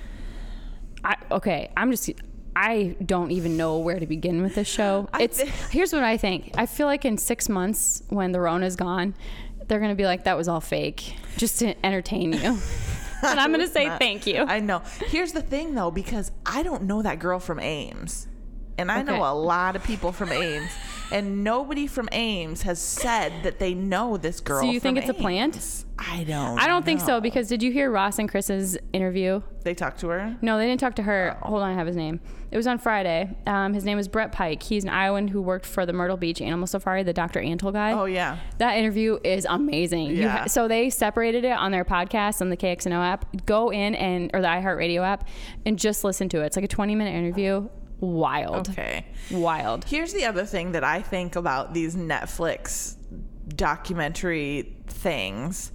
I, okay, I'm just. I don't even know where to begin with this show.
I
It's
thi-
here's what I think. I feel like in six months, when the Rona is gone, they're gonna be like, "That was all fake, just to entertain you." and I'm gonna say
not-
thank you.
I know. Here's the thing though, because I don't know that girl from Ames. And I
Okay.
know a lot of people from Ames. And nobody from Ames has said that they know this girl.
you think it's
from
a plant?
Ames. I don't.
I don't think
know.
so because did you hear Ross and Chris's interview?
They talked to her.
No, they didn't talk to her. Hold on, I have his name. It was on Friday. Um, his name is Brett Pike. He's an Iowan who worked for the Myrtle Beach Animal Safari, the Dr. Antle guy.
Oh yeah.
That interview is amazing. You
Yeah.
ha- so they separated it on their podcast on the KXNO app. Go in and or the iHeartRadio app and just listen to it. It's like a 20 minute interview. Wild.
Okay.
Wild.
Here's the other thing that I think about these Netflix documentary things.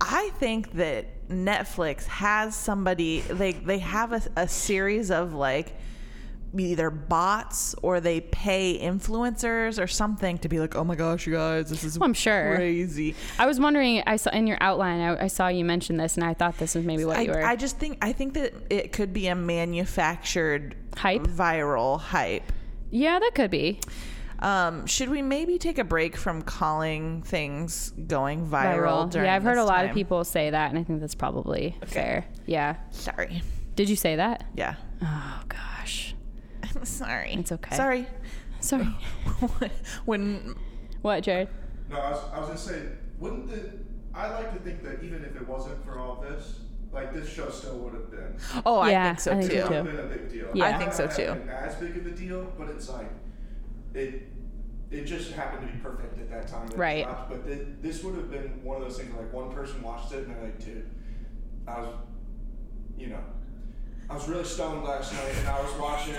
I think that Netflix has somebody they they have a, a series of like either bots or they pay influencers or something to be like, oh my gosh, you guys, this is
I'm sure.
crazy.
I was wondering, I saw in your outline, I, I saw you mention this, and I thought this was maybe what you
I,
were.
I just think I think that it could be a manufactured
Hype?
viral hype.
yeah, that could be.
Um, should we maybe take a break from calling things going viral? during
Yeah, I've heard
this
a lot of
time?
people say that, and I think that's probably fair. Yeah.
Sorry.
Did you say that?
Yeah.
Oh, gosh.
I'm sorry.
It's okay.
Sorry.
Sorry.
when
what, Jared?
No, I was, I was gonna say, wouldn't the? I like to think that even if it wasn't for all this, like this show still would have been.
oh, I
Yeah,
think so
I think
too.
so
It
too.
would have been a big deal.
Yeah. I
It
think
might
so,
not
too.
have been As big of a deal, but it's like it. It just happened to be perfect at that time. that it
Right.
dropped, But thi- this would have been one of those things like one person watched it and they're like, dude, I was, you know, I was really stoned last night and I was watching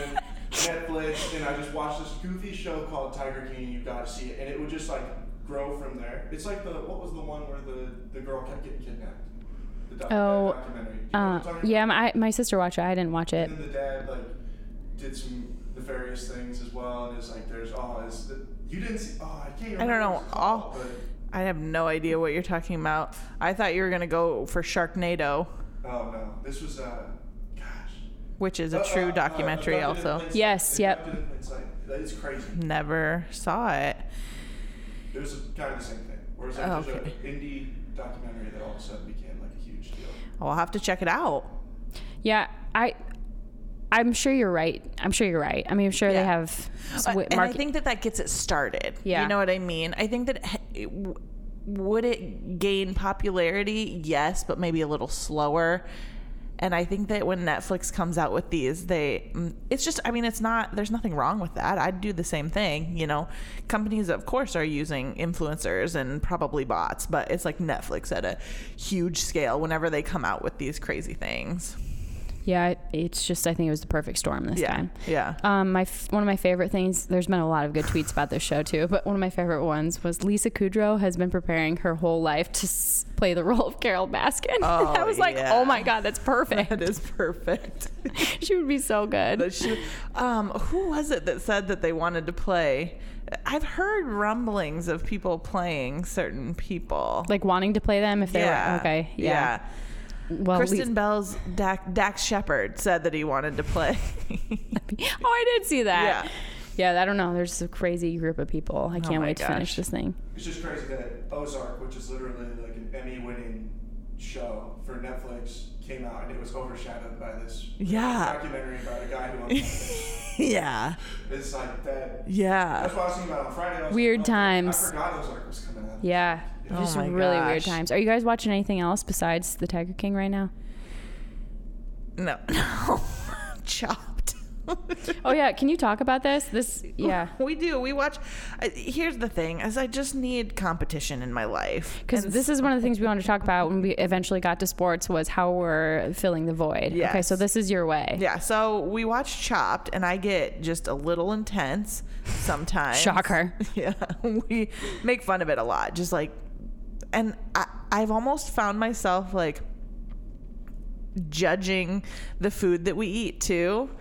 Netflix and I just watched this goofy show called Tiger King. You gotta see it, and it would just like grow from there. It's like the what was the one where the the girl kept getting kidnapped? The doc- that
Oh,
documentary. Do you know what I'm
Uh,
talking about?
yeah, my, my sister watched it. I didn't watch it.
And then the dad like did some nefarious things as well, and it's like there's oh, is the, you didn't see oh I can't. Remember
I don't know.
what it's
All
called,
I have no idea what you're talking about. I thought you were gonna go for Sharknado,
but, oh no, this was uh, gosh.
which is
Uh,
a true
uh, uh,
documentary.
Abducted in
also,
Plain Sight.
Yes, yep.
Abducted in Plain Sight. It's crazy.
never saw it.
It was kind of the same thing. Whereas like,
Oh,
there's
okay.
an indie documentary that all of a sudden became like a huge deal.
I'll have to check it out.
Yeah, I. I'm sure you're right. I'm sure you're right. I mean, I'm sure
Yeah.
they have
Uh,
swi-
and I
market.
think that that gets it started.
Yeah.
You know what I mean? I think that h- it w- would it gain popularity? Yes, but maybe a little slower. And I think that when Netflix comes out with these, they mm, it's just I mean it's not there's nothing wrong with that. I'd do the same thing, you know. Companies of course are using influencers and probably bots, but it's like Netflix at a huge scale whenever they come out with these crazy things.
yeah, it's just I think it was the perfect storm this
Yeah.
time.
Yeah.
Um, my f- one of my favorite things. There's been a lot of good tweets about this show too, but one of my favorite ones was Lisa Kudrow has been preparing her whole life to s- play the role of Carol Baskin.
Oh,
I was like,
yeah.
oh my god, that's perfect.
That is perfect.
she would be so good.
But she, um, who was it that said that they wanted to play? I've heard rumblings of people playing certain people.
Like wanting to play them if they were okay. Yeah. Well, Lis-
Kristen Bell's Dax, Dax Shepard said that he wanted to play.
oh, I did see that.
Yeah. Oh
Yeah. I don't know. There's just a crazy group of people. I can't
my
wait to finish
gosh.
this thing.
It's just crazy that Ozark, which is literally like an Emmy-winning show for Netflix, came out and it was overshadowed by this
Yeah.
documentary about a guy who. owns-
yeah.
it's like that. That's
Yeah.
what I was thinking about on Friday. I was
Weird
like, oh,
times.
I forgot Ozark was coming out.
Yeah.
Oh
just
my
really weird
gosh.
times. Are you guys watching anything else besides The Tiger King right now?
No. No. Chopped.
Oh yeah, can you talk about this? This yeah.
we do. We watch. I, here's the thing: is I just need competition in my life.
Because
And
this is one of the things we wanted to talk about when we eventually got to sports was how we're filling the void. Okay,
Yes.
so this is your way.
Yeah, so we watch Chopped, and I get just a little intense sometimes.
Shocker.
Yeah, we make fun of it a lot. Just like, and I, I've almost found myself like judging the food that we eat too.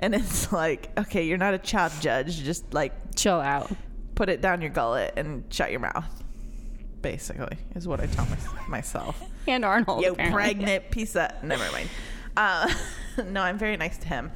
And it's like, okay, you're not a Chopped judge. Just like
Chill out.
put it down your gullet and shut your mouth, basically, is what I tell my, myself.
And Arnold.
You
apparently.
pregnant piece of never mind. Uh, no, I'm very nice to him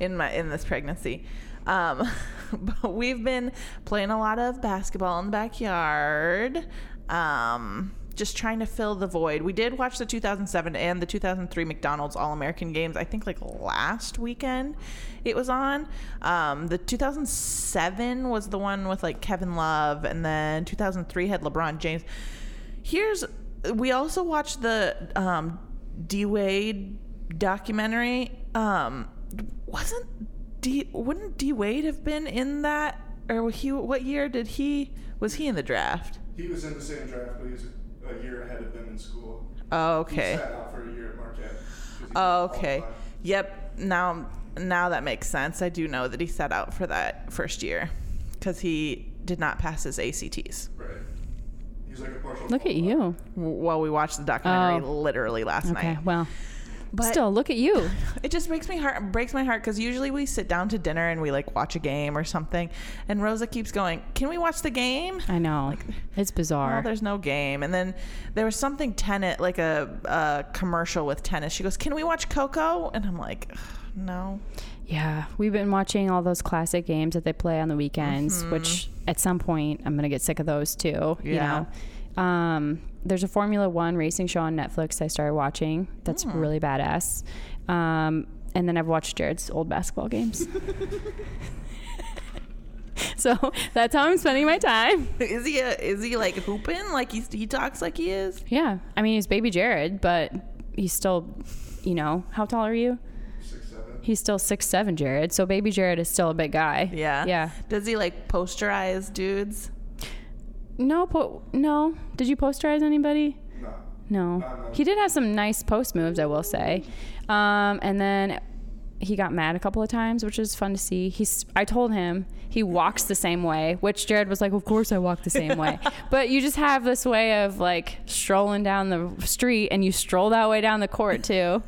in my in this pregnancy. Um, but we've been playing a lot of basketball in the backyard. Um, just trying to fill the void. We did watch the 2007 and the 2003 McDonald's All American Games. I think like last weekend it was on. Um, the 2007 was the one with like Kevin Love, and then 2003 had LeBron James. Here's we also watched the um, D Wade documentary. Um, wasn't D wouldn't D Wade have been in that or he what year did he was he in the draft?
He was in the same draft, but he was a year ahead of them in school.
Oh,
He
okay.
sat out for a year at Marquette. 'cause he
Oh,
didn't
okay.
qualify.
Yep. Now, now that makes sense. I do know that he set out for that first year because he did not pass his ACTs.
Right. He's like a partial.
Look at
qualifier.
you.
W- While we watched the documentary,
Oh.
literally last
Okay,
night.
well,
But
still look at you.
it just breaks me heart breaks my heart because usually we sit down to dinner and we like watch a game or something, and Rosa keeps going, "Can we watch the game?"
I know. it's bizarre.
Well, there's no game. And then there was something tennis, like a, a commercial with tennis. She goes, "Can we watch Coco?" And I'm like, "Ugh, "No."
yeah, we've been watching all those classic games that they play on the weekends,
Mm-hmm.
which at some point I'm going to get sick of those too,
Yeah.
you know. Um, there's a Formula 1 racing show on Netflix I started watching. That's
Hmm.
really badass. Um, and then I've watched Jared's old basketball games. so that's how I'm spending my time.
Is he a, is he like hooping? Like he's, he talks like he is?
Yeah. I mean, he's baby Jared, but he's still, you know, how tall are you?
Six, seven.
He's still six seven, Jared. So baby Jared is still a big guy.
Yeah.
Yeah.
Does he like posterize dudes?
No, po- no. Did you posterize anybody?
No.
No.
Uh, no.
He did have some nice post moves, I will say. Um, and then he got mad a couple of times, which is fun to see. He's. I told him he walks the same way, which Jared was like, "Of course I walk the same way." But you just have this way of like strolling down the street, and you stroll that way down the court too.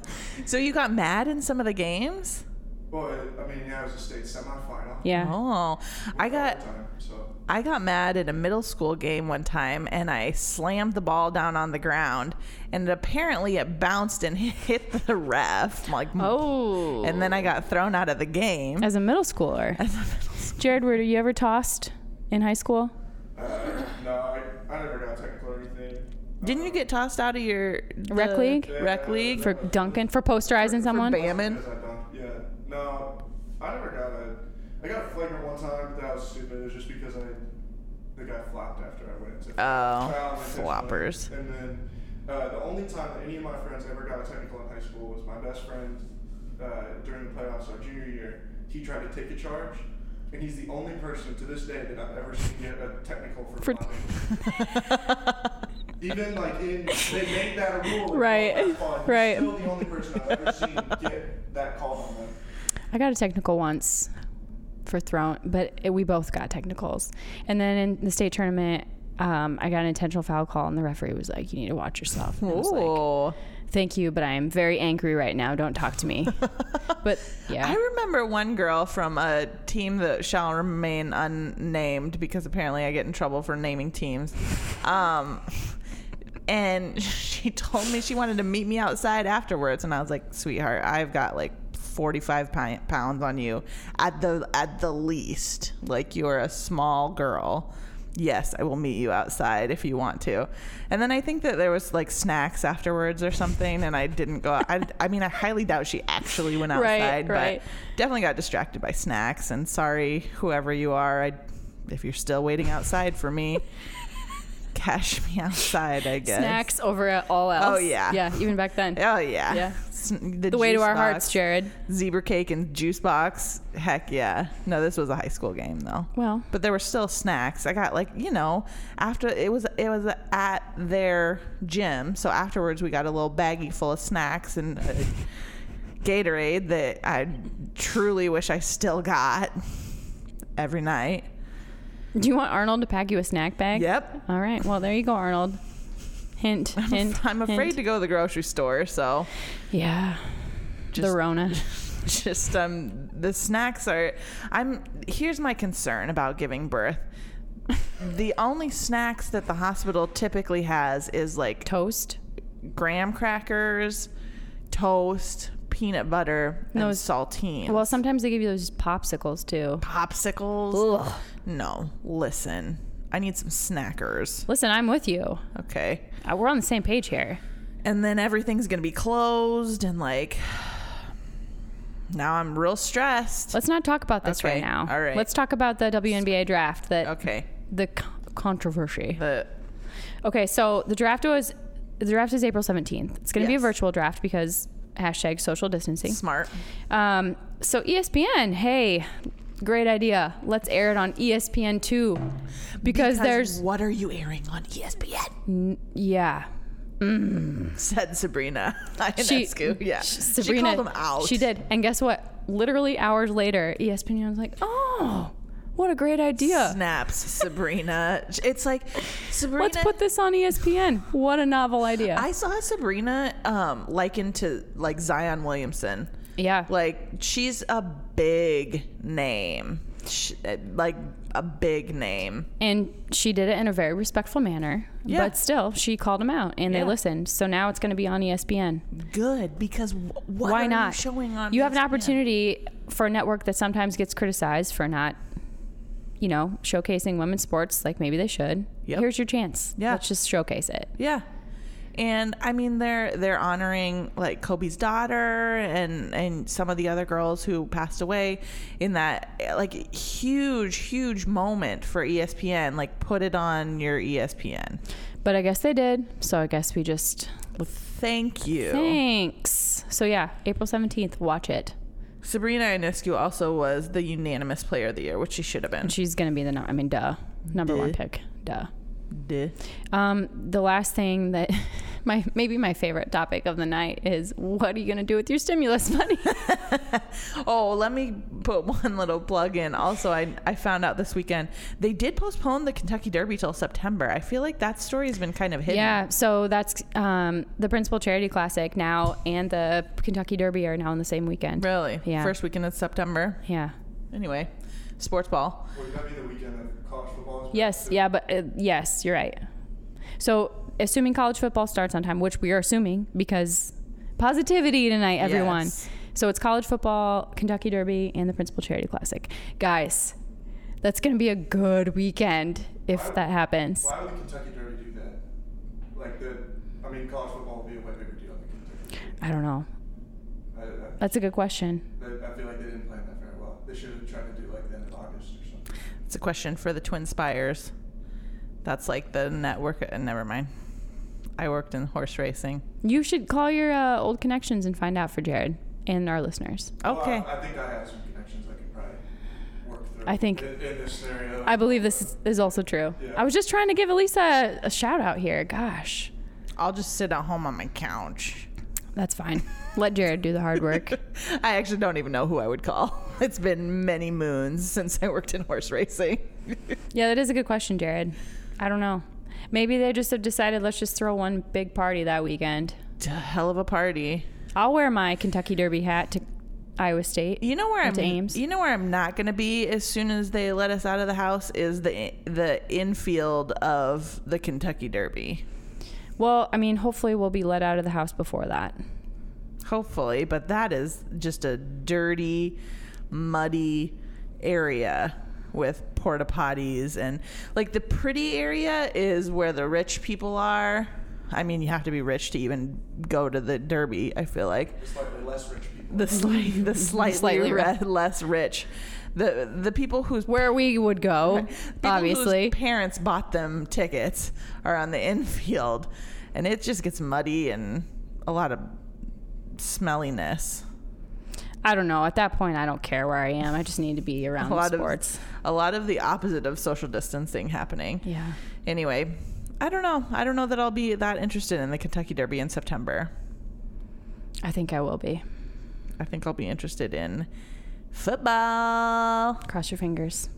So you got mad in some of the games?
Well, I- I mean, yeah, it was a state semifinal.
Yeah.
Oh, I got
Time, so
I got mad at a middle school game one time and I slammed the ball down on the ground and apparently it bounced and hit the ref. I'm like,
Oh.
And then I got thrown out of the game.
As a middle schooler.
As a middle school-
Jared, were you ever tossed in high school?
uh, no, I, I never got technical or anything. Uh,
Didn't you get tossed out of your the
Rec league?
Rec league
For Duncan, for posterizing someone?
Bammon?
Because I don't. Yeah. No, I never got a. I got a flagrant one time, but that was stupid. It was just because I. The guy flopped after I went into.
Oh,
Foul intentionally.
floppers.
And then uh, the only time that any of my friends ever got a technical in high school was my best friend uh, during the playoffs our junior year. He tried to take a charge. And he's the only person to this day that I've ever seen get a technical for,
For-
flopping. Even like in, they make that a rule. like,
Right,
oh, that's fine. He's
right.
Still the only person I've ever seen get that call on them.
I got a technical once for throwing, but it, we both got technicals. And then in the state tournament, um, I got an intentional foul call, and the referee was like, "You need to watch yourself." And I was like,
Ooh.
"Thank you, but I am very angry right now. Don't talk to me." but yeah,
I remember one girl from a team that shall remain unnamed because apparently I get in trouble for naming teams. Um, and she told me she wanted to meet me outside afterwards, and I was like, "Sweetheart, I've got like 45 pi- pounds on you at the at the least. Like you're a small girl." Yes, I will meet you outside if you want to. And then I think that there was like snacks afterwards or something, and I didn't go out. I, I mean, I highly doubt she actually went
Right,
outside,
right.
but definitely got distracted by snacks and sorry whoever you are I, if you're still waiting outside for me Cash Me Outside, I guess.
Snacks over at all else.
Oh, yeah.
Yeah, even back then.
Oh, yeah.
Yeah.
S- The,
The way to
juice
our
box,
hearts, Jared.
Zebra cake and juice box. Heck yeah. No, this was a high school game, though.
Well,
but there were still snacks. I got like you know after it was it was at their gym, so afterwards we got a little baggie full of snacks and uh, Gatorade that I truly wish I still got every night.
do you want Arnold to pack you a snack bag?
Yep.
All right. Well, there you go, Arnold. Hint, hint.
I'm afraid to go to the grocery store, so
to. Yeah.
Just-
the Rona.
just um the snacks are I'm here's my concern about giving birth. the only snacks that the hospital typically has is like
Toast.
graham crackers, toast, peanut butter,
No,
and
it's-
saltine.
Well, sometimes they give you those popsicles too.
popsicles.
Ugh.
No, listen. I need some snackers.
Listen, I'm with you.
Okay.
Uh, We're on the same page here.
And then everything's going to be closed and like now I'm real stressed.
Let's not talk about this
Okay,
right now.
all right.
Let's talk about the WNBA draft. That
Okay.
the con- controversy.
The
Okay, so the draft was the draft is April 17th. It's going to be a
Yes.
virtual draft because hashtag social distancing.
smart.
Um, so ESPN, hey, great idea. Let's air it on E ESPN two because, there's
what are you airing on E ESPN?
yeah.
Said Sabrina.
She,
Ionescu. yeah.
sh-
she
Sabrina,
called him out.
She did, and guess what? Literally hours later, E ESPN was like, oh, what a great idea.
Snaps, Sabrina. It's like Sabrina.
Let's put this on E ESPN. What a novel idea.
I saw Sabrina um, likened to like Zion Williamson.
yeah.
Like she's a big name, Sh uh, like a big name.
And she did it in a very respectful manner.
Yeah.
But still, she called him out and
Yeah.
they listened. So now it's going to be on E ESPN.
Good because wh- what
Why
are
not?
you showing on? E
You have an
ESPN?
opportunity for a network that sometimes gets criticized for not, you know, showcasing women's sports like maybe they should.
Yep.
Here's your chance.
Yeah.
Let's just showcase it.
Yeah. And I mean they're they're honoring like Kobe's daughter and and some of the other girls who passed away in that like huge huge moment for E ESPN like put it on your E ESPN.
But I guess they did. So I guess we just.
Thank you.
Thanks. So yeah, April 17th, watch it.
Sabrina Ionescu also was the unanimous player of the year, which she should have been.
And she's going to be the, no- I mean, duh, number one
Duh.
pick. Duh.
Duh.
Um, the last thing that my maybe my favorite topic of the night is what are you going to do with your stimulus money?
Oh, let me put one little plug in. Also, I, I found out this weekend they did postpone the Kentucky Derby till September. I feel like that story has been kind of hidden.
yeah, so that's um, the Principal Charity Classic now and the Kentucky Derby are now on the same weekend.
Really?
Yeah.
First weekend of September.
Yeah.
Anyway, sports ball.
Would that be the weekend of college football?
Yes. Yeah, but uh, yes, you're right. So, assuming college football starts on time, which we are assuming because positivity tonight, everyone.
Yes.
So it's college football, Kentucky Derby, and the Principal Charity Classic. Guys, that's going to be a good weekend if that happens.
Why would the Kentucky Derby do that? Like the, I mean, college football would be a way bigger deal than Kentucky.
I don't know.
I, I,
That's a good question.
They, I feel like they didn't plan that very well. They should have tried to do like the end of August or something.
It's a question for the Twin Spires. That's like the network. Uh, never mind. I worked in horse racing.
You should call your uh, old connections and find out for Jared and our listeners.
Well,
Okay.
I, I think I have some connections I can probably work through.
I think-
in, in this scenario.
I believe this is- is also true.
Yeah.
I was just trying to give Elisa a shout out here. Gosh.
I'll just sit at home on my couch.
That's fine. Let Jared do the hard work.
I actually don't even know who I would call. It's been many moons since I worked in horse racing.
yeah, that is a good question, Jared. I don't know. Maybe they just have decided let's just throw one big party that weekend.
It's a hell of a party.
I'll wear my Kentucky Derby hat to Iowa State.
You know where I'm.
Into Ames.
You know where I'm not going to be as soon as they let us out of the house is the the infield of the Kentucky Derby.
Well, I mean, hopefully we'll be let out of the house before that.
Hopefully, but that is just a dirty, muddy area with porta potties and like the pretty area is where the rich people are. I mean, you have to be rich to even go to the derby, I feel like.
slightly less rich people.
The slight the slightly,
Slightly
re-
rich.
less rich. the the people whose
Where we would go,
people
obviously.
whose parents bought them tickets are on the infield, and it just gets muddy and a lot of smelliness.
I don't know. At that point, I don't care where I am. I just need to be around
a lot
the sports.
of a lot of the opposite of social distancing happening.
yeah.
Anyway, I don't know. I don't know that I'll be that interested in the Kentucky Derby in September.
I think I will be.
I think I'll be interested in football.
Cross your fingers.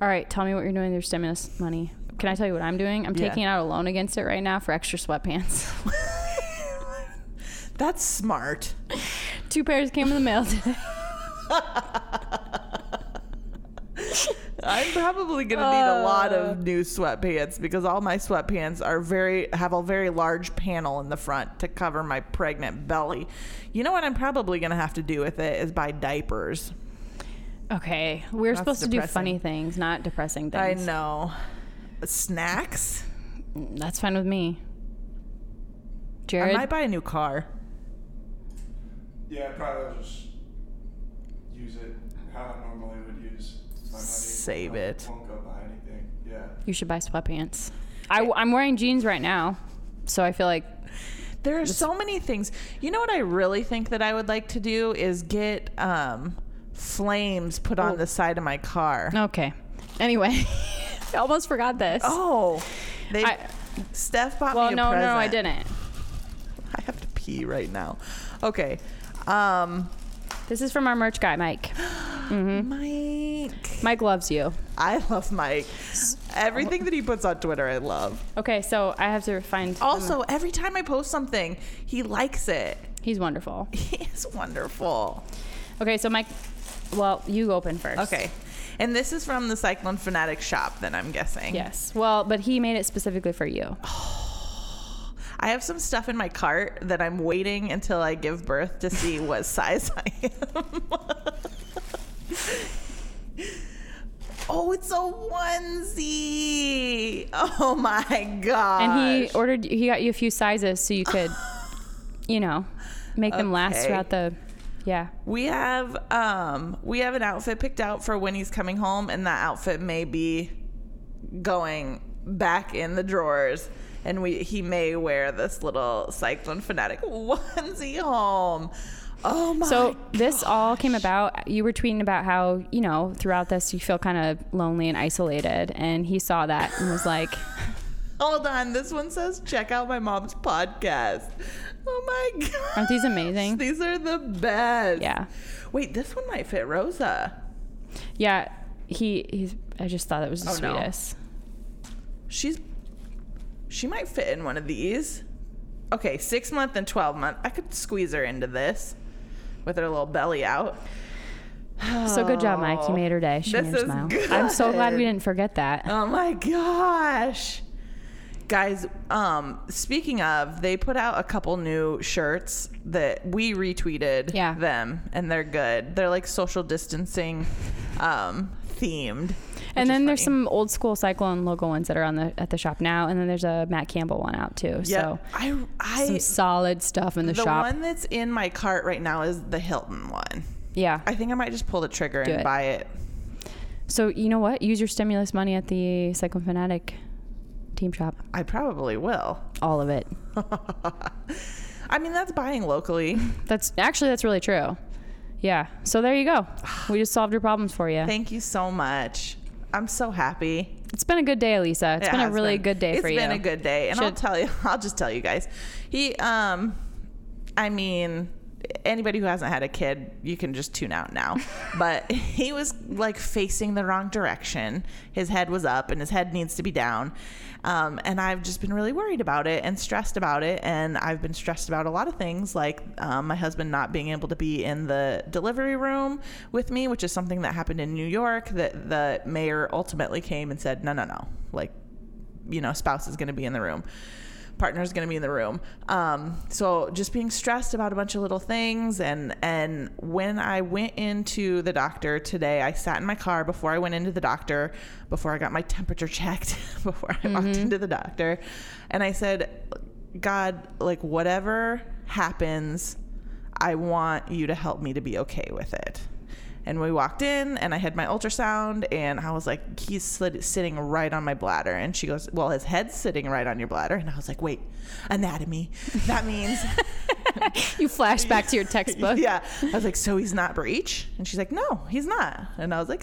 All right. Tell me what you're doing with your stimulus money. Can I tell you what I'm doing? I'm
Yeah.
taking out a loan against it right now for extra sweatpants.
That's smart.
Two pairs came in the mail today.
I'm probably going to need a lot
Uh.
of new sweatpants because all my sweatpants are very have a very large panel in the front to cover my pregnant belly. You know what I'm probably going to have to do with it is buy diapers.
Okay. We are
That's
supposed to do
depressing.
funny things, not depressing
I
things. Mm,
know. Snacks?
That's fine with me.
I
Jared,
might buy a new car.
Yeah, probably I'll just use it how I normally would use my money.
Save
I
it.
Won't go buy anything. Yeah.
you should buy sweatpants. I, am wearing jeans right now, so I feel like
There are so many things. You know what I really think that I would like to do is get um, flames put
Oh.
on the side of my car.
okay. Anyway, I almost forgot this.
Oh, they.
I-
Steph bought
well,
me a
no, no, no, I
present.
didn't.
I have to pee right now. Okay. Um,
This is from our merch guy, Mike. Hmm?
Mike.
Mike loves you.
I love Mike. Everything that he puts on Twitter, I love.
Okay, so I have to find.
Also, every time I post something, he likes it.
he's wonderful.
He is wonderful.
Okay, so Mike. Well, you open first.
Okay. And this is from the Cyclone Fanatic shop, then I'm guessing.
Yes. Well, but he made it specifically for you.
I have some stuff in my cart that I'm waiting until I give birth to see what size I am. oh, it's a onesie. Oh my god.
And he ordered. He got you a few sizes so you could, you know, make them last
Okay.
throughout the. Yeah.
we have um we have an outfit picked out for when he's coming home and that outfit may be going back in the drawers and we he may wear this little cyclone fanatic onesie home. Oh my
So this all came about. You were tweeting about how you know throughout this you feel kind of lonely and isolated, and he saw that and was like,
Hold on, this one says check out my mom's podcast. Oh my god.
Aren't these amazing?
These are the best.
Yeah.
Wait, this one might fit Rosa.
"Yeah, he he's." I just thought that was the
Oh, no.
sweetest.
She's she might fit in one of these. Okay, six month and twelve month. I could squeeze her into this with her little belly out.
So good job, Mike. You made her day. She
This
made her
is
smile. I'm so glad we
good.
didn't forget that.
Oh my gosh. Guys, um, speaking of, they put out a couple new shirts that we retweeted
Yeah.
them and they're good. They're like social distancing um
and
themed. which is
then there's
funny.
some old school Cyclone logo ones that are on the at the shop now, and then there's a Matt Campbell one out too.
Yep.
So
I I
some solid stuff in the,
the
shop.
one that's in my cart right now is the Hilton one.
yeah.
I think I might just pull the trigger
Do
and
it.
buy it.
So you know what? Use your stimulus money at the Cyclone Fanatic team shop.
I probably will.
All of it.
I mean, that's buying locally.
That's actually that's really true. Yeah. So there you go. We just solved your problems for you.
Thank you so much. I'm so happy.
It's been a good day, Elisa. It's
It
been a
has
really
been.
good day for you.
It's been a good day, and I'll
Should-
tell you. I'll just tell you guys. He, um, I mean, anybody who hasn't had a kid, you can just tune out now. but he was like facing the wrong direction. His head was up, and his head needs to be down. Um, and I've just been really worried about it and stressed about it. And I've been stressed about a lot of things, like um, my husband not being able to be in the delivery room with me, which is something that happened in New York. That the mayor ultimately came and said, "No, no, no, like." you know, spouse is going to be in the room, partner is going to be in the room. Um, so just being stressed about a bunch of little things, and and when I went into the doctor today, I sat in my car before I went into the doctor, before I got my temperature checked, before I walked into the doctor, and I said, God, like whatever happens, I want you to help me to be okay with it. And we walked in, and I had my ultrasound, and I was like, he's slid- sitting right on my bladder. And she goes, well, his head's sitting right on your bladder. And I was like, wait, anatomy. That means.
You flash back to your textbook.
Yeah. I was like, so he's not breach? And she's like, no, he's not. And I was like,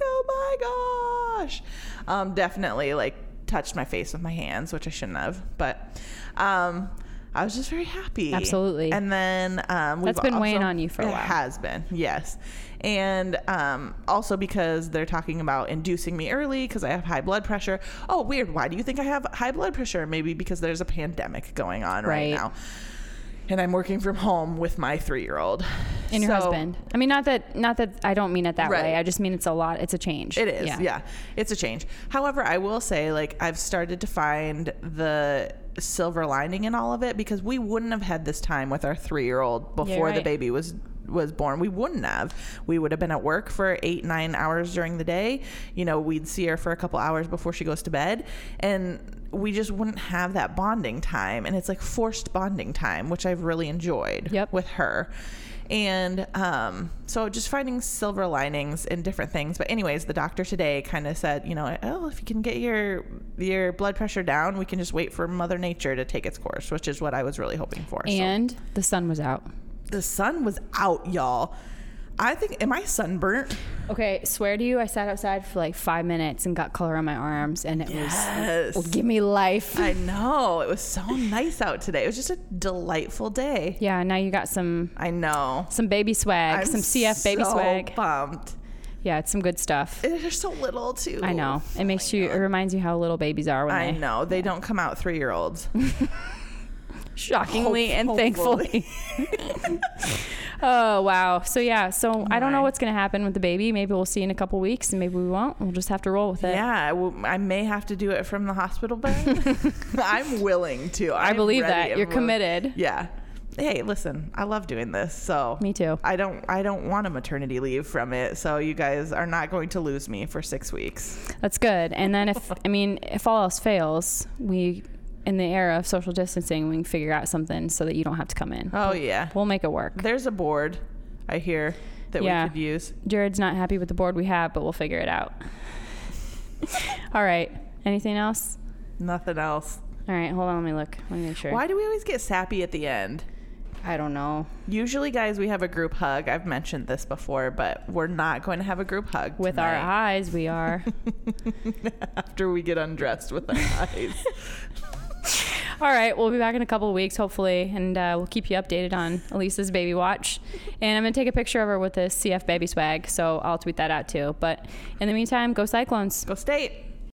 oh my gosh. Um, definitely like touched my face with my hands, which I shouldn't have. But um, I was just very happy.
Absolutely.
And then um, we've
That's been weighing
also-
on you for a
It
while.
has been, yes. And um, also because they're talking about inducing me early because I have high blood pressure. Oh, weird. Why do you think I have high blood pressure? Maybe because there's a pandemic going on
Right.
right, now. And I'm working from home with my three year old.
And your husband. I mean, not that, not that I don't mean it that
Right.
way. I just mean it's a lot. It's a change.
It is, yeah. It's a change. However, I will say, like, I've started to find the silver lining in all of it because we wouldn't have had this time with our three year old before the
right.
baby was was born we wouldn't have we would have been at work for eight nine hours during the day you know we'd see her for a couple hours before she goes to bed and we just wouldn't have that bonding time and it's like forced bonding time which i've really enjoyed
Yep.
with her. And um, so just finding silver linings in different things. But anyways, the doctor today kind of said, you know, oh, if you can get your your blood pressure down, we can just wait for Mother Nature to take its course, which is what I was really hoping for. So-
And the sun was out.
the sun was out, y'all. I think am I sunburnt?
Okay, swear to you, I sat outside for like five minutes and got color on my arms, and it
Yes.
was give me life.
I know. It was so nice out today. It was just a delightful day.
yeah, now you got some
I know.
some baby swag,
I'm
some CF baby
so
swag.
Bummed.
Yeah, it's some good stuff.
They're so little too.
I know. It makes you. It reminds you how little babies are when
Oh I
they
know. They don't come out three year olds.
shockingly
Hope-
and
hopefully.
thankfully. oh wow. So yeah. So
Oh
I don't know what's gonna happen with the baby. Maybe we'll see in a couple weeks, and maybe we won't. We'll just have to roll with it.
Yeah, I, will, I may have to do it from the hospital bed. I'm willing to.
I
I'm
believe
ready.
that.
I'm
You're
willing-
committed.
Yeah. Hey, listen, I love doing this. So
Me too.
I don't. I don't want a maternity leave from it. So you guys are not going to lose me for six weeks.
That's good. And then if I mean, if all else fails, we in the era of social distancing, we can figure out something so that you don't have to come in.
Oh yeah.
We'll make it work.
There's a board. I hear that
Yeah.
we could use.
Jared's not happy with the board we have, but we'll figure it out. all right. Anything else?
Nothing else.
All right. Hold on. Let me look. Let me make sure.
Why do we always get sappy at the end?
I don't know.
Usually, guys, we have a group hug. I've mentioned this before, but we're not going to have a group hug
With our
tonight.
eyes, we are.
after we get undressed with our eyes.
All right, we'll be back in a couple of weeks, hopefully, and uh, we'll keep you updated on Elisa's baby watch. And I'm gonna take a picture of her with the CF baby swag, so I'll tweet that out too. But in the meantime, go Cyclones.
Go state.